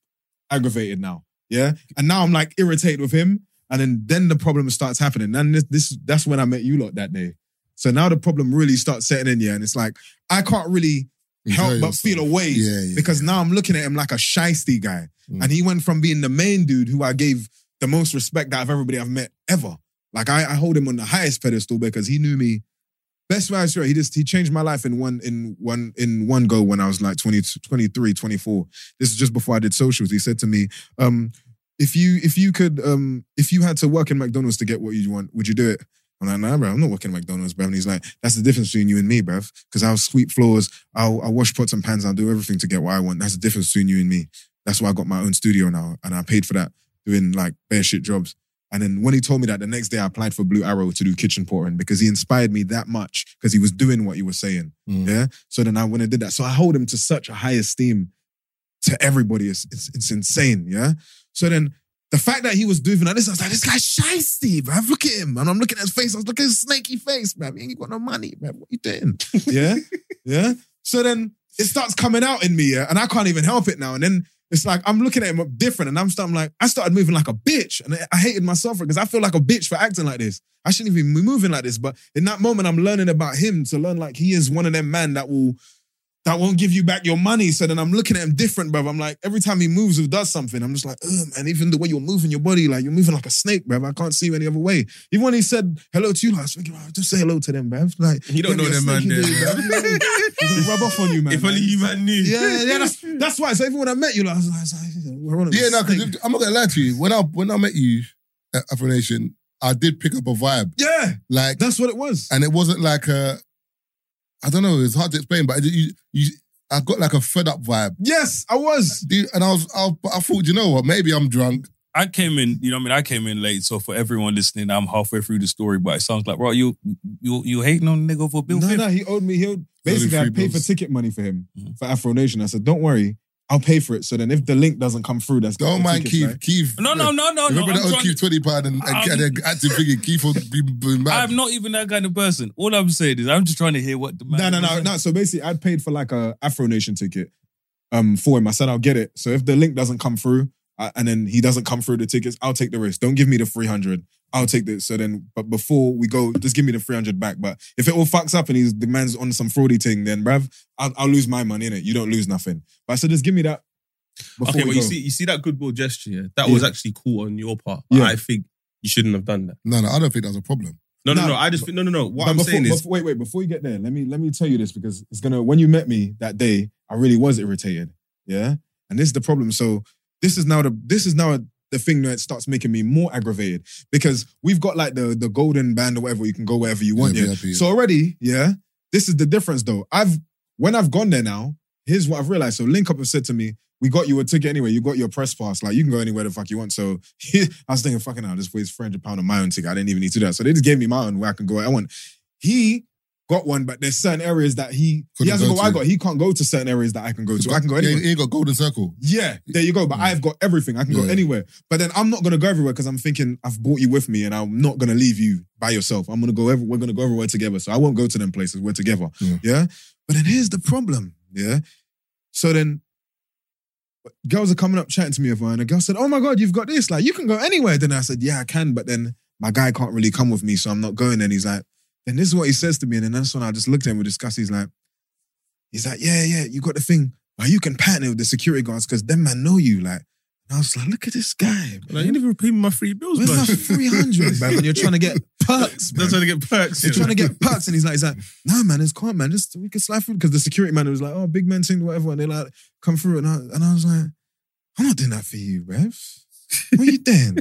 S5: aggravated now. Yeah. And now I'm like irritated with him. And then then the problem starts happening. And this, this that's when I met you lot that day. So now the problem really starts setting in, yeah. And it's like, I can't really help
S1: Enjoy
S5: but
S1: yourself.
S5: feel away
S1: Yeah, yeah.
S5: because now I'm looking at him like a shisty guy. And he went from being the main dude who I gave the most respect out of everybody I've met ever. Like I, I hold him on the highest pedestal because he knew me. Best way I swear, he just he changed my life in one in one in one go when I was like 20, 23, 24. This is just before I did socials. He said to me, um, if you if you could um if you had to work in McDonald's to get what you want, would you do it? I'm like, nah, bro, I'm not working at McDonald's, bro. And he's like, that's the difference between you and me, bruv. Because I'll sweep floors, I'll, I'll wash pots and pans, I'll do everything to get what I want. That's the difference between you and me. That's why I got my own studio now. And I paid for that doing like bare shit jobs. And then when he told me that, the next day I applied for Blue Arrow to do kitchen portering because he inspired me that much because he was doing what he was saying. Yeah. So then I went and did that. So I hold him to such a high esteem to everybody. It's, it's, it's insane. Yeah. So then the fact that he was doing that, this, I was like, this guy's shisty, bruv. Look at him. And I'm looking at his face. I was looking at his snaky face, bruv. He ain't got no money, bruv. What you doing? yeah. Yeah. So then it starts coming out in me, yeah. And I can't even help it now. And then it's like, I'm looking at him different. And I'm starting like, I started moving like a bitch. And I hated myself for it because I feel like a bitch for acting like this. I shouldn't even be moving like this. But in that moment, I'm learning about him to learn like he is one of them man that will that won't give you back your money. So then I'm looking at him different, bruv. I'm like, every time he moves or does something, I'm just like, oh man, even the way you're moving your body, like you're moving like a snake, bruv. I can't see you any other way. Even when he said hello to you, like, I was thinking, oh, just say hello to them, bruv. Like,
S4: You don't
S5: don't be
S4: know
S5: a
S4: them, man,
S5: snake, you
S4: there,
S5: do,
S4: bruv.
S5: bruv. It's gonna rub off on you, man.
S4: If only
S5: man.
S4: you man knew.
S5: Yeah, yeah, that's that's why. So even when I met you, like, I was like, I was like we're on a
S1: Yeah, no,
S5: snake.
S1: because I'm not gonna lie to you. When I when I met you at Afro Nation, I did pick up a vibe.
S5: yeah,
S1: Like
S5: that's what it was.
S1: and it wasn't like a I don't know, it's hard to explain, but it, you, you I got like a fed up vibe.
S5: Yes, I was.
S1: Do you- And I was I, I thought, you know what, maybe I'm drunk.
S2: I came in, you know, what I mean, I came in late. So for everyone listening, I'm halfway through the story, but it sounds like, bro, you you you hating on the nigga for Bill
S5: No,
S2: Fifth?
S5: no, he owed me. He owed, basically, I
S1: three
S5: paid for
S1: bills. Mm-hmm.
S5: ticket money for him
S2: Mhm.
S5: for Afro Nation. I said, don't worry, I'll pay for it. So then, if the link doesn't come through, that's
S1: Don't
S5: the
S1: mind
S5: tickets,
S1: Keith.
S5: right?
S1: Keith.
S2: No, no, no, no, no.
S1: Remember that
S2: I'm
S1: old
S2: trying-
S1: Keith twenty pound and, and,
S2: I'm-
S1: and acting figure Keith would be, be mad.
S2: I'm not even that kind of person. All I'm saying is I'm just trying to hear what the man.
S5: No, no, no, no. So basically, I paid for like a Afro Nation ticket um, for him. I said, I'll get it. So if the link doesn't come through, uh, and then he doesn't come through the tickets, I'll take the risk. Don't give me the 300. I'll take this. So then, but before we go, just give me the 300 back. But if it all fucks up and he's the man's on some fraudy thing, then bruv, I'll, I'll lose my money in it. You don't lose nothing. But I said, just give me that. Before
S4: Okay,
S5: we
S4: but you
S5: go.
S4: see, you see that goodwill gesture. Yeah? That
S5: Yeah.
S4: was actually cool on your part.
S5: Yeah.
S4: I think you shouldn't have done that.
S1: no, no, I don't think that's a problem.
S4: No, no,
S5: No,
S4: no. I just think, no, no, no. What
S5: But
S4: I'm
S5: before,
S4: saying is,
S5: before- wait, wait. Before you get there, let me let me tell you this because it's gonna. When you met me that day, I really was irritated. Yeah, and this is the problem. So this is now the this is now the thing that starts making me more aggravated because we've got like the the golden band or whatever. You can go wherever you want.
S1: Yeah,
S5: Yeah.
S1: VIP.
S5: So already, yeah. This is the difference though. I've when I've gone there now. Here's what I've realized. So Link Up have said to me, "We got you a ticket anyway. You got your press pass. Like you can go anywhere the fuck you want." So I was thinking, "Fucking hell, this waste three hundred pound on my own ticket. I didn't even need to do that." So they just gave me my own where I can go. where I want he got one, but there's certain areas that he he
S1: Couldn't
S5: hasn't
S1: go
S5: got what I
S1: to.
S5: got. He can't go to certain areas that I can go to. I can go
S1: Yeah,
S5: anywhere.
S1: he ain't got golden circle.
S5: Yeah, there you go. But I've got everything. I can go
S1: Yeah.
S5: anywhere. But then I'm not gonna go everywhere because I'm thinking I've brought you with me, and I'm not gonna leave you by yourself. I'm gonna go. Every, we're gonna go everywhere together. So I won't go to them places. We're together.
S1: Yeah.
S5: yeah? But then here's the problem. Yeah. So then girls are coming up chatting to me over, and a girl said, "Oh my god, you've got this! Like you can go anywhere." Then I said, "Yeah, I can," but then my guy can't really come with me, so I'm not going. And he's like, "Then this is what he says to me." And then that's when I just looked at him. We discussed. He's like, "He's like, yeah, yeah, you got the thing, but you can partner with the security guards because them man know you." Like, and I was like, "Look at this guy."
S4: like, you didn't even pay me my free bills,
S5: Where's
S4: bro.
S5: my 300, man? When you're trying to get perks.
S4: They're trying to get perks.
S5: They're trying to get perks, and he's like, he's like, nah, man, it's calm, man. Just we can slide through because the security man was like, oh, big man thing, whatever, and they like come through, and I and I was like, I'm not doing that for you, bruv. What are you doing?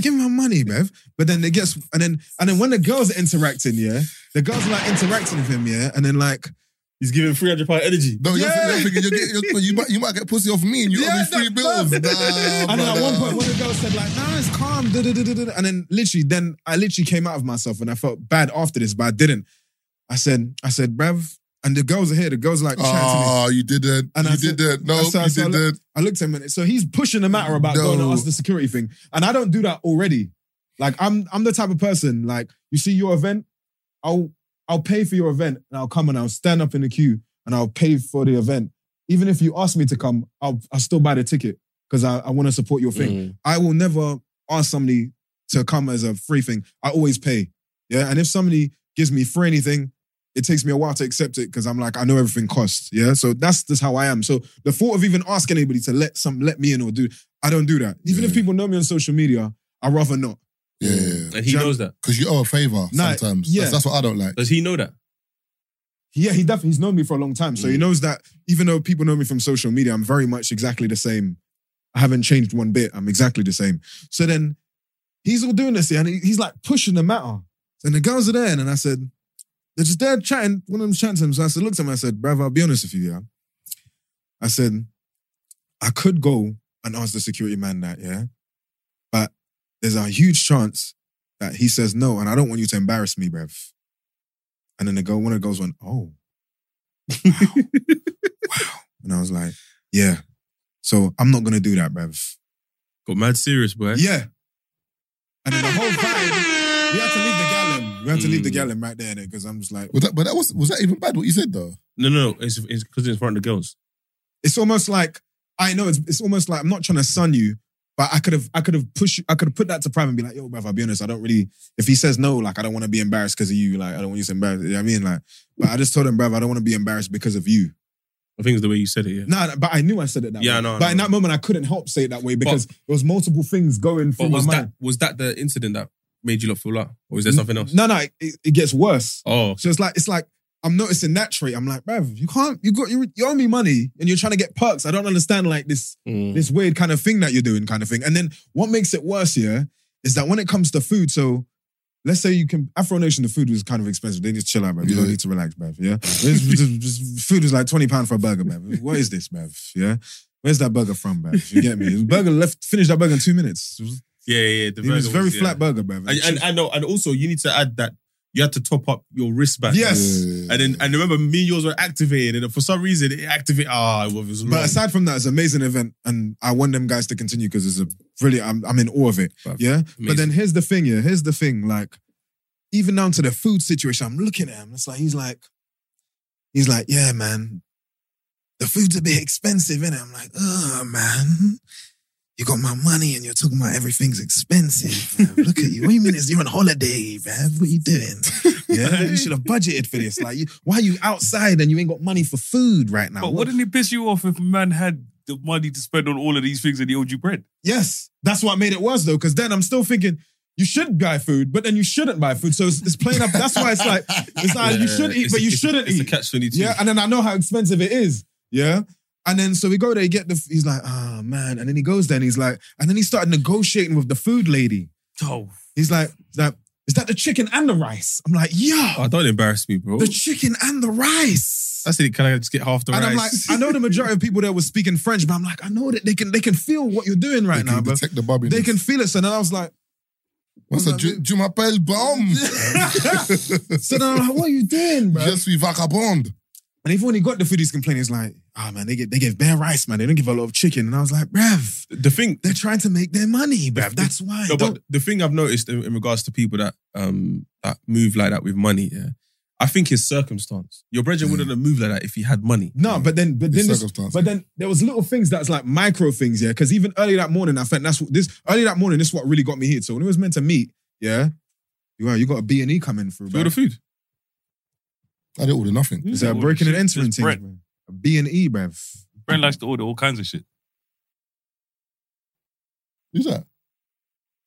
S5: Give me my money, bruv. But then it gets, and then and then when the girls are interacting, yeah, the girls are like interacting with him, yeah, and then like
S4: He's giving 300 pound energy.
S1: No, you're
S5: Yeah.
S1: thinking, you're thinking, you're getting, you might, you might get pussy off me and you owe
S5: Yeah,
S1: me three
S5: no,
S1: bills. Nah,
S5: no. And then at one point, one of the girls said like, "Nah, it's calm." da, da, da, da, da, da. And then literally, then I literally came out of myself, and I felt bad after this, but I didn't. I said, I said, "Bruv," and the girls are here. The girls are like, chatting to me.
S1: oh, you did that.
S5: And
S1: you
S5: I
S1: did
S5: said-
S1: that. No,
S5: I said- I
S1: you did
S5: said, look-
S1: that.
S5: I looked at him, and so he's pushing the matter about
S1: No.
S5: going to ask the security thing, and I don't do that already. Like I'm, I'm the type of person. Like you see your event, I'll, I'll pay for your event, and I'll come and I'll stand up in the queue and I'll pay for the event. Even if you ask me to come, I'll, I'll still buy the ticket because I, I want to support your thing. I will never ask somebody to come as a free thing. I always pay. Yeah. And if somebody gives me free anything, it takes me a while to accept it because I'm like, I know everything costs. Yeah. So that's just how I am. So the thought of even asking anybody to let some let me in or do, I don't do that. Even if
S1: Yeah.
S5: people know me on social media, I'd rather not.
S1: Yeah.
S4: And he knows that.
S1: Because you owe a favor
S5: Nah,
S1: sometimes.
S5: yeah.
S1: That's, that's what I don't like.
S4: Does he know that?
S5: Yeah, he definitely he's known me for a long time. So he knows that even though people know me from social media, I'm very much exactly the same. I haven't changed one bit. I'm exactly the same. So then he's all doing this yeah, and he- he's like pushing the matter. And the girls are there. And then I said, they're just there chatting. One of them chatting to him. So I said, looked at him. I said, bruv, I'll be honest with you, yeah. I said, I could go and ask the security man that, yeah. But there's a huge chance that he says no. And I don't want you to embarrass me, bruv. And then the girl, one of the girls went, oh. Wow. wow. And I was like, yeah. So I'm not going to do that, bruv.
S4: Got mad serious, boy.
S5: Yeah. And then the whole vibe, we had to leave the gallon. We had to leave the
S4: Mm.
S5: gallon right there because I'm just like,
S1: Was that, but that was was that even bad what you said though?
S4: No, no, no. It's because it's, in front of the girls.
S5: it's almost like, I know it's, it's almost like I'm not trying to sun you, but I could have, I could have pushed, I could have put that to private and be like, yo, bruv, I'll be honest, I don't really, if he says no, like, I don't want to be embarrassed because of you. Like, I don't want you to embarrass, you know what I mean? Like, but I just told him, bruv, I don't want to be embarrassed because of you.
S4: I think it's the way you said it, yeah.
S5: No, no, but I knew I said it that
S4: Yeah,
S5: way.
S4: I know, I
S5: but in
S4: know.
S5: that moment, I couldn't help say it that way because there was multiple things going through
S4: But was
S5: my
S4: that
S5: mind.
S4: was that the incident that made you lot feel like, or is there something else?
S5: No, no, it, it gets worse.
S4: Oh,
S5: So it's like it's like I'm noticing that trait. I'm like, bruv, you can't. You got you, you owe me money, and you're trying to get perks. I don't understand like this
S4: Mm.
S5: this weird kind of thing that you're doing, kind of thing. And then what makes it worse here is that when it comes to food, so. Let's say you can Afro Nation. The food was kind of expensive. They need to chill out, bruv. You don't
S1: Yeah.
S5: need to relax, bruv. Yeah, This- this- this food was like twenty pound for a burger, bruv. What is this, bruv? Yeah, where's that burger from, bruv? You get me? Burger left. Finished that burger in two minutes. It was,
S4: yeah, yeah. yeah, The
S5: it was
S4: burger
S5: very
S4: yeah.
S5: flat burger, bruv.
S4: And, and I know, and also you need to add that you had to top up your wristband.
S5: Yes.
S1: Yeah.
S4: And then and remember, me and yours were activated, and then for some reason it activated. Ah, it was wrong.
S5: But aside from that, it's an amazing event, and I want them guys to continue because it's a brilliant. I'm, I'm in awe of it.
S4: Bruv,
S5: yeah. But
S4: amazing.
S5: then here's the thing. Yeah. Here's the thing. Like, even down to the food situation, I'm looking at him. It's like he's like, he's like, yeah, man. The food's a bit expensive, innit? I'm like, oh man. You got my money and you're talking about everything's expensive. bruv. Look at you. What do you mean it's you're on holiday, man? What are you doing? Yeah, you should have budgeted for this. Like, you, why are you outside and you ain't got money for food right now?
S2: But
S5: What-
S2: wouldn't it piss you off if man had the money to spend on all of these things and he owed you bread?
S5: Yes, that's what made it worse though, because then I'm still thinking you should buy food, but then you shouldn't buy food. So it's, it's playing up. That's why it's like it's like you should eat,
S4: It's
S5: but
S4: a-
S5: you
S4: it's a-
S5: shouldn't
S4: It's a
S5: eat.
S4: catch twenty two.
S5: Yeah, and then I know how expensive it is. Yeah. And then so we go there, you get the he's like, oh man. And then he goes there and he's like, and then he started negotiating with the food lady.
S2: Oh,
S5: He's like, that is that the chicken and the rice? I'm like, yeah,
S4: Oh, don't embarrass me, bro.
S5: the chicken and the rice.
S4: I said, can I just get half the
S5: And I'm like,
S4: rice?
S5: I know the majority of people there were speaking French, but I'm like, I know that they can they can feel what you're doing right
S1: they
S5: now,
S1: can
S5: bro.
S1: detect the bubble.
S5: They can feel it. So then I was like,
S1: What's a je, je m'appelle bomb?
S5: so then I'm like, what are you doing, bro?
S1: Je suis vagabond.
S5: and even when he got the food, he's complaining. He's like, ah, man, they, get, they give bare rice, man. They don't give a lot of chicken. And I was like, bruv,
S4: the thing,
S5: they're trying to make their money, bruv. That's why.
S4: No,
S5: Don't-
S4: but the thing I've noticed in, in regards to people that um that move like that with money, yeah, I think it's circumstance. Your brethren wouldn't have moved like that if he had money.
S5: Mm. no, but then, but
S1: The
S5: then, this,
S1: circumstances.
S5: but then there was little things that's like micro things, yeah. Because even early that morning, I think that's what this early that morning. This is what really got me here. So when it was meant to meet, yeah, you wow, you got a B and E coming through,
S4: Feel the
S5: bro.
S4: food.
S1: I didn't order nothing.
S5: Is that breaking and entering
S2: It's
S5: thing?
S2: bread.
S5: bruv. A B and E, bruv.
S2: Brent likes to order all kinds of shit.
S1: Who's that?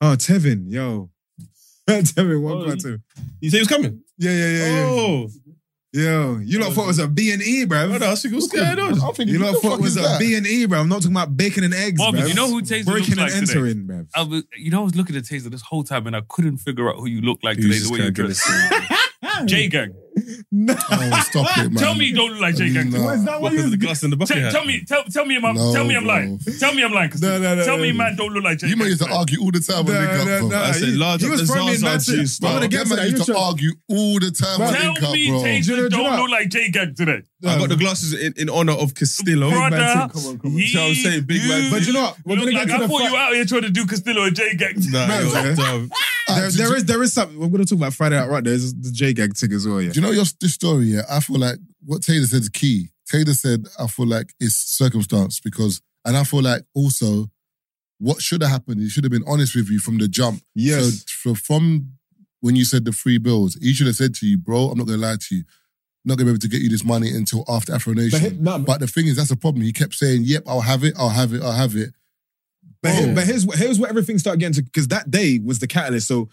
S5: Oh, Tevin, yo. Tell me one
S4: Oh,
S5: part two.
S4: You say he was coming?
S5: Yeah, yeah, yeah, yeah.
S4: Oh,
S5: Yo, you lot thought it was a B and E, bruv.
S4: brother, I was thinking, what's going on?
S1: I'm thinking,
S5: You
S1: who
S5: lot
S1: the
S5: thought
S1: fuck
S5: it was
S1: is
S5: a
S1: that?
S5: B and E, bruv. I'm not talking about bacon and eggs,
S2: Marvin,
S5: bruv.
S2: you know who Taser looks
S5: Breaking
S2: like
S5: and
S2: today?
S5: entering, bruv.
S2: I was, you know, I was looking at Taser this whole time and I couldn't figure out who you look like today. The
S4: Who's this
S2: way you
S4: guy gonna
S2: dress.
S4: say?
S2: J Gang.
S1: Oh, stop it, man.
S2: Tell me you don't look like J Gang.
S1: Nah.
S2: Tell,
S4: What is the glass in the bucket? hat?
S2: tell me, tell, tell me, I'm,
S1: No,
S2: tell me I'm
S1: bro.
S2: lying. Tell me I'm lying. 'cause
S5: No, no, no,
S2: tell
S5: no,
S2: me,
S5: no.
S2: man, don't look like J
S1: You
S2: Gang.
S1: man used to argue all the time when
S5: Nah,
S1: link
S5: nah,
S1: up,
S5: nah,
S1: bro.
S4: I said,
S5: you-
S4: large
S5: you
S4: up
S5: was
S4: the
S5: probably in
S4: Zaza
S5: that shit.
S4: juice,
S5: I'm
S1: Bro,
S5: gonna
S1: that
S5: get to
S1: man
S5: that. You
S1: used to
S5: sure-
S1: argue all the time when
S2: Tell
S1: link up, bro.
S2: me,
S5: Do you know-
S2: Taser
S5: do you
S2: don't
S5: know
S2: look
S5: what?
S2: like J Gang today.
S4: I got the glasses in, in honor of Castillo.
S2: Brother,
S4: on. So I'm saying big man-
S5: But you know what? We're
S2: Look
S5: gonna
S2: like,
S5: get to
S2: I
S5: the
S2: thought
S5: fi-
S2: you out here trying to do Castillo and J Gang.
S4: Nah,
S5: Man,
S4: yo,
S5: yeah.
S4: dumb.
S1: Ah,
S5: There, there is there is something we're gonna talk about Friday Night Right. There's the J Gag thing as well. Yeah,
S1: Do you know your this story? Yeah, I feel like what Taylor said is key. Taylor said, I feel like it's circumstance because, and I feel like also what should have happened, he should have been honest with you from the jump.
S5: Yes.
S1: So, so from when you said the free bills, he should have said to you, bro, I'm not going to lie to you. I'm not going to be able to get you this money until after Afro Nation.
S5: But
S1: But,
S5: he- no, but-
S1: the thing is, that's a problem. He kept saying, yep, I'll have it, I'll have it, I'll have it.
S5: But,
S1: Oh.
S5: here, but here's what- here's where everything started getting to because that day was the catalyst. So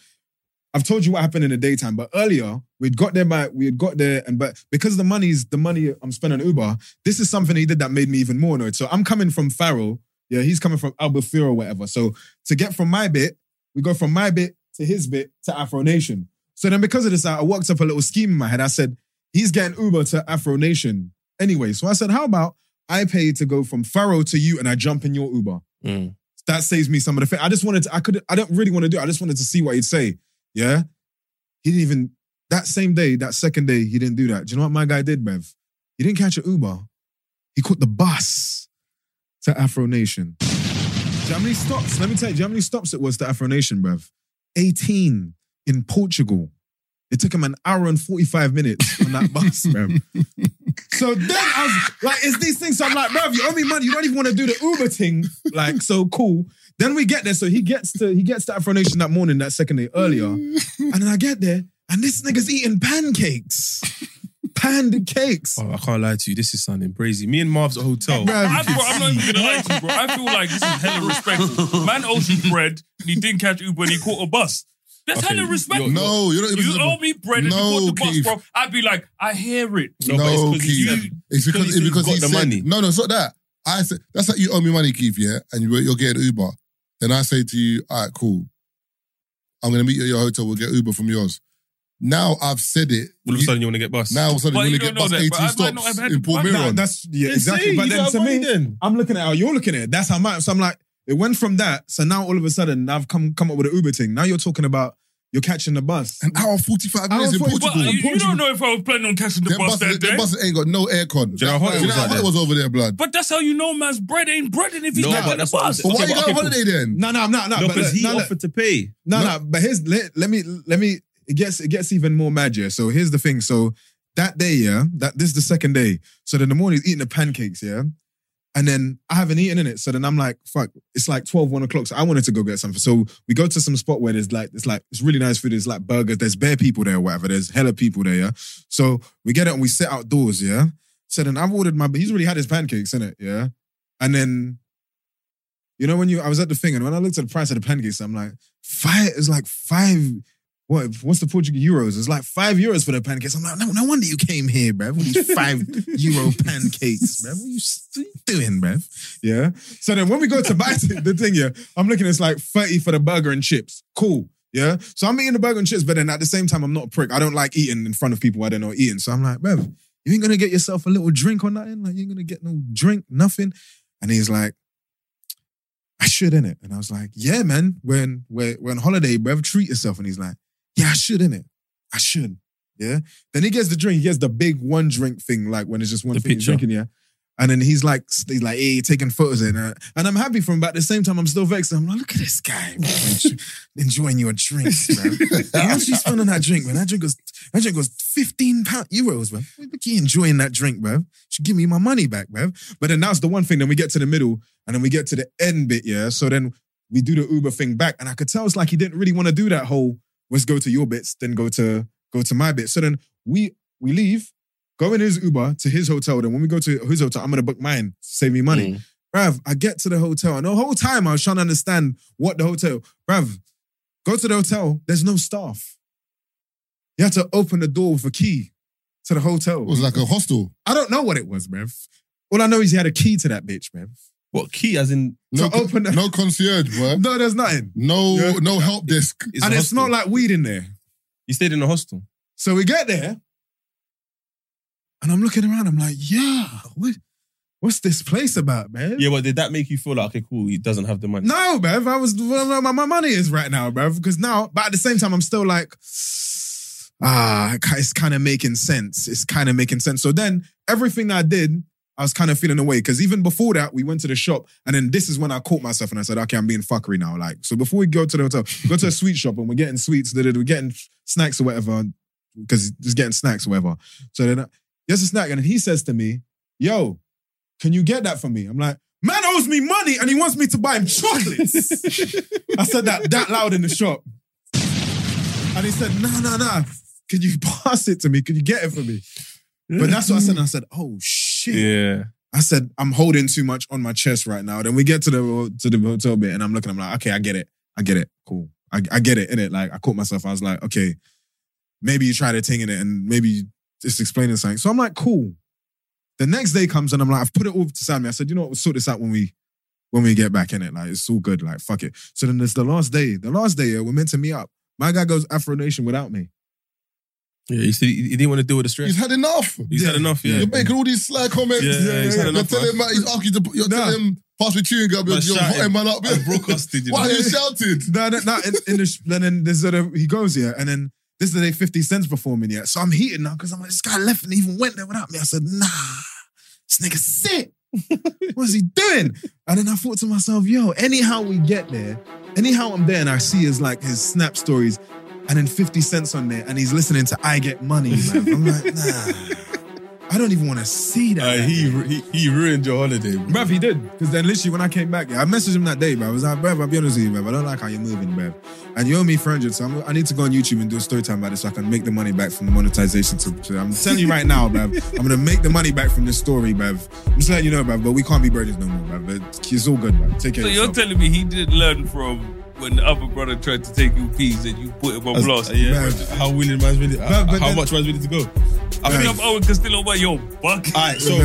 S5: I've told you what happened in the daytime, but earlier we'd got there by we had got there, and but because the money's the money I'm spending on Uber, this is something he did that made me even more annoyed. So I'm coming from Farrell, yeah, he's coming from Albufeira or whatever. So to get from my bit, we go from my bit to his bit to Afro Nation. So then because of this, I I worked up a little scheme in my head. I said he's getting Uber to Afro Nation anyway. So I said, how about I pay to go from Farrell to you, and I jump in your Uber
S2: Mm.
S5: that saves me some of the thing. I just wanted to, I could I don't really want to do it. I just wanted to see what he'd say. Yeah. He didn't even that same day, that second day, he didn't do that. Do you know what my guy did, Bev? He didn't catch an Uber. He caught the bus to Afro Nation. Do you know how many stops? Let me tell you, do you know how many stops it was to Afro Nation, Bev? 18 in Portugal. It took him an hour and 45 minutes on that bus, Bev. So then I was like, it's these things. So I'm like, bruv, you owe me money. You don't even want to do the Uber thing. Like, so cool. Then we get there. So he gets to he gets to Afro Nation that morning, that second day earlier. And then I get there, and this nigga's eating pancakes. Pancakes.
S4: Oh, I can't lie to you. This is sounding crazy. Me and Marv's at a hotel.
S5: Bruv.
S2: I, bro, I'm not even gonna lie to you, bro. I feel like this is hella respectful. Man owes you bread, and he didn't catch Uber, and he caught a bus. That's
S4: Okay,
S2: hella
S4: you're-
S2: respectful.
S1: No, you're not even.
S2: Oh, you owe me bread, and
S1: No,
S2: you caught the bus,
S1: Keith.
S2: bro. I'd be like, I hear it.
S4: No, but it's
S1: No,
S4: 'cause he
S1: Keith.
S4: said-
S1: It's
S4: Because
S1: because,
S4: he
S1: it's because
S4: got
S1: he
S4: the
S1: said,
S4: money.
S1: No, no, it's not that. I said that's like you owe me money, Keith. Yeah, and you're, you're getting Uber. Then I say to you, all right, cool. I'm gonna meet you at your hotel. We'll get Uber from yours. Now I've said it.
S4: all of a
S1: you-
S4: sudden you want to get bust.
S1: now all of a sudden
S2: But
S1: you
S2: you
S1: want to get
S2: don't know
S1: bus
S2: that,
S1: 18
S2: but I might not
S1: stops
S2: have had
S1: in
S2: to- I
S1: Port
S2: might
S5: Nah,
S1: Miron.
S5: that's yeah,
S4: They
S5: exactly.
S4: say
S5: But
S4: you
S5: then
S4: got
S5: to
S4: money
S5: me,
S4: then.
S5: I'm looking at how you're looking at it. That's how much. So I'm like, it went from that. So now all of a sudden, I've come come up with an Uber thing. Now you're talking about you're catching the bus.
S1: An hour 45 minutes
S5: Hour
S1: in
S5: 45
S1: Portugal.
S2: But
S5: Portugal,
S2: you, you
S5: Portugal.
S2: don't know if I was planning on catching the
S1: Them
S2: bus
S1: buses,
S2: that
S1: them
S2: day.
S1: buses ain't got no aircon.
S4: Do you know how hot it
S1: You
S4: was
S1: how
S4: out
S1: hot it
S4: there?
S1: was over there, blood? But,
S2: But that's how you know man's bread ain't bread, and if he's
S4: No,
S2: catching
S4: but
S2: the
S4: that's what I'm
S2: bus,
S4: saying.
S1: why
S4: Okay,
S1: you
S4: but
S1: going
S4: okay,
S1: on holiday then?
S5: No, no, I'm not. No,
S4: No,
S5: but
S4: because
S5: look,
S4: he
S5: no, look.
S4: offered to pay.
S5: No, no, but here's let, let me let me it gets it gets even more mad, yeah. So here's the thing. So that day, yeah, that this is the second day. So then the morning he's eating the pancakes, yeah. And then I haven't eaten in it. So then I'm like, fuck, it's like 12, 1 o'clock. So I wanted to go get something. So we go to some spot where there's like, it's like, it's really nice food. There's like burgers. There's bare people there or whatever. There's hella people there, yeah. So we get it and we sit outdoors, yeah. So then I've ordered my, but he's already had his pancakes in it, yeah. And then, you know, when you, I was at the thing and when I looked at the price of the pancakes, I'm like, five, it's like five, what, what's the Portuguese euros? It's like five euros for the pancakes. I'm like, no, no wonder you came here, bruv. With these five euro pancakes, bruv. What you s- doing, bruv? Yeah. So then when we go to buy the the thing, yeah, I'm looking, it's like 30 for the burger and chips. Cool. Yeah. So I'm eating the burger and chips, but then at the same time, I'm not a prick. I don't like eating in front of people I don't know eating. So I'm like, bruv, you ain't gonna get yourself a little drink or nothing. Like, you ain't gonna get no drink, nothing. And he's like, I should, innit? And I was like, yeah, man, we're, in, we're, we're on holiday, bruv, treat yourself. And he's like, yeah, I should, innit? I should. Yeah. Then he gets the drink. He gets the big one drink thing, like when it's just one
S4: The
S5: thing he's
S4: picture.
S5: drinking, yeah. And then he's like, he's like, hey, taking photos and uh, and I'm happy for him, but at the same time, I'm still vexed. I'm like, look at this guy bruv, enjoying your drinks, man. How much you spend on that drink, man? That drink was that drink was 15 pound euros, man. Look, you enjoying that drink, bruv. Should give me my money back, bruv. But then that's the one thing. Then we get to the middle, and then we get to the end bit, yeah. So then we do the Uber thing back, and I could tell it's like he didn't really want to do that whole let's go to your bits, then go to go to my bit. So then we we leave, go in his Uber to his hotel. Then when we go to his hotel, I'm gonna book mine, save me money.
S1: Mm.
S5: Bruv, I get to the hotel, and the whole time I was trying to understand what the hotel, bruv. Go to the hotel. There's no staff. You had to open the door with a key to the hotel.
S1: It was like a hostel.
S5: I don't know what it was, bruv. All I know is he had a key to that bitch, bruv.
S4: What key? As in,
S1: No,
S5: To open the-
S1: no concierge, bro.
S5: No, there's nothing.
S1: No,
S5: Yeah.
S1: no help desk.
S4: it's
S5: and
S4: a
S5: it's
S4: hostel.
S5: not like weed in there.
S4: you stayed in a hostel.
S5: So we get there, and I'm looking around. I'm like, yeah, what, what's this place about, man?
S4: Yeah, but did that make you feel like okay, cool? He doesn't have the money.
S5: No, bruv. I was where my, my money is right now, bruv. Because now, but at the same time, I'm still like, ah, it's kind of making sense. It's kind of making sense. So then everything I did, I was kind of feeling away. Because even before that, we went to the shop. And then this is when I caught myself and I said, okay, I'm being fuckery now. Like, so before we go to the hotel, go to a sweet shop and we're getting sweets, da-da-da, we're getting snacks or whatever. Because just getting snacks or whatever. So then, I- there's a snack. And then he says to me, yo, can you get that for me? I'm like, man owes me money and he wants me to buy him chocolates. I said that that loud in the shop. And he said, no, no, no. Can you pass it to me? Can you get it for me? But that's what I said. And I said, oh, shit.
S4: Yeah.
S5: I said, I'm holding too much on my chest right now. Then we get to the to the hotel bit and I'm looking, I'm like, okay, I get it. I get it. Cool. I, I get it in it. Like I caught myself. I was like, okay, maybe you tried a thing in it and maybe it's explaining something. So I'm like, cool. The next day comes and I'm like, I've put it all to Sammy. I said, you know what, we'll sort this out when we when we get back in it. Like it's all good. Like fuck it. So then it's the last day. The last day, yeah, we're meant to meet up. My guy goes Afro Nation without me.
S4: Yeah, he, said he he didn't want to deal with the stress.
S1: He's had enough.
S4: He's had enough, yeah.
S1: You're making all these sly comments.
S4: Yeah, yeah, he's had
S1: You're
S4: enough,
S1: telling him, he's asking you to, you're
S5: Nah.
S1: telling him, pass me chewing gum. You're,
S4: Man,
S1: you're
S4: shout
S1: hotting
S4: him.
S1: man up.
S4: I broadcasted, you
S1: Why
S4: know.
S1: you shouted?
S5: No, no, no. In, in the, sh- and then there's sort of, he goes here, and then this is the day 50 Cent's performing yet. So I'm heated now because I'm like, this guy left and even went there without me. I said, nah, this nigga sick. What's he doing? And then I thought to myself, yo, anyhow we get there, anyhow I'm there and I see his like his snap stories and then 50 cents on there and he's listening to I Get Money. Man. I'm like, nah. I don't even want to see that.
S4: Uh, he, ru- he he ruined your holiday. bro.
S5: Bruv, he did. Because then literally when I came back, yeah, I messaged him that day, bruv. I was like, bruv, I'll be honest with you, bruv. I don't like how you're moving, bruv. And you owe me 300, so I'm, I need to go on YouTube and do a story time about this so I can make the money back from the monetization. To, to- I'm telling you right now, bruv, I'm going to make the money back from this story, bruv. I'm just letting you know, bruv, but we can't be brothers no more, bruv. It's, it's all good, bruv. Take care
S2: So
S5: of
S2: you're
S5: yourself.
S2: telling me he did learn from when the other brother tried to take you peas and you put him on blast.
S4: Uh, yeah.
S5: Bruv.
S4: How willing man's really?
S5: Bruv,
S4: how
S5: but then-
S4: much man's willing to go? I
S2: Pick
S4: think
S2: up Owen Castillo by your bucket.
S4: All right, so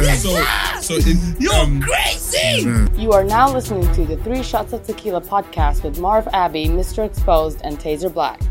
S4: so so in,
S2: You're
S4: um,
S2: crazy!
S8: You are now listening to the Three Shots of Tequila podcast with Marv Abbey, Mr. Exposed, and Taser Black.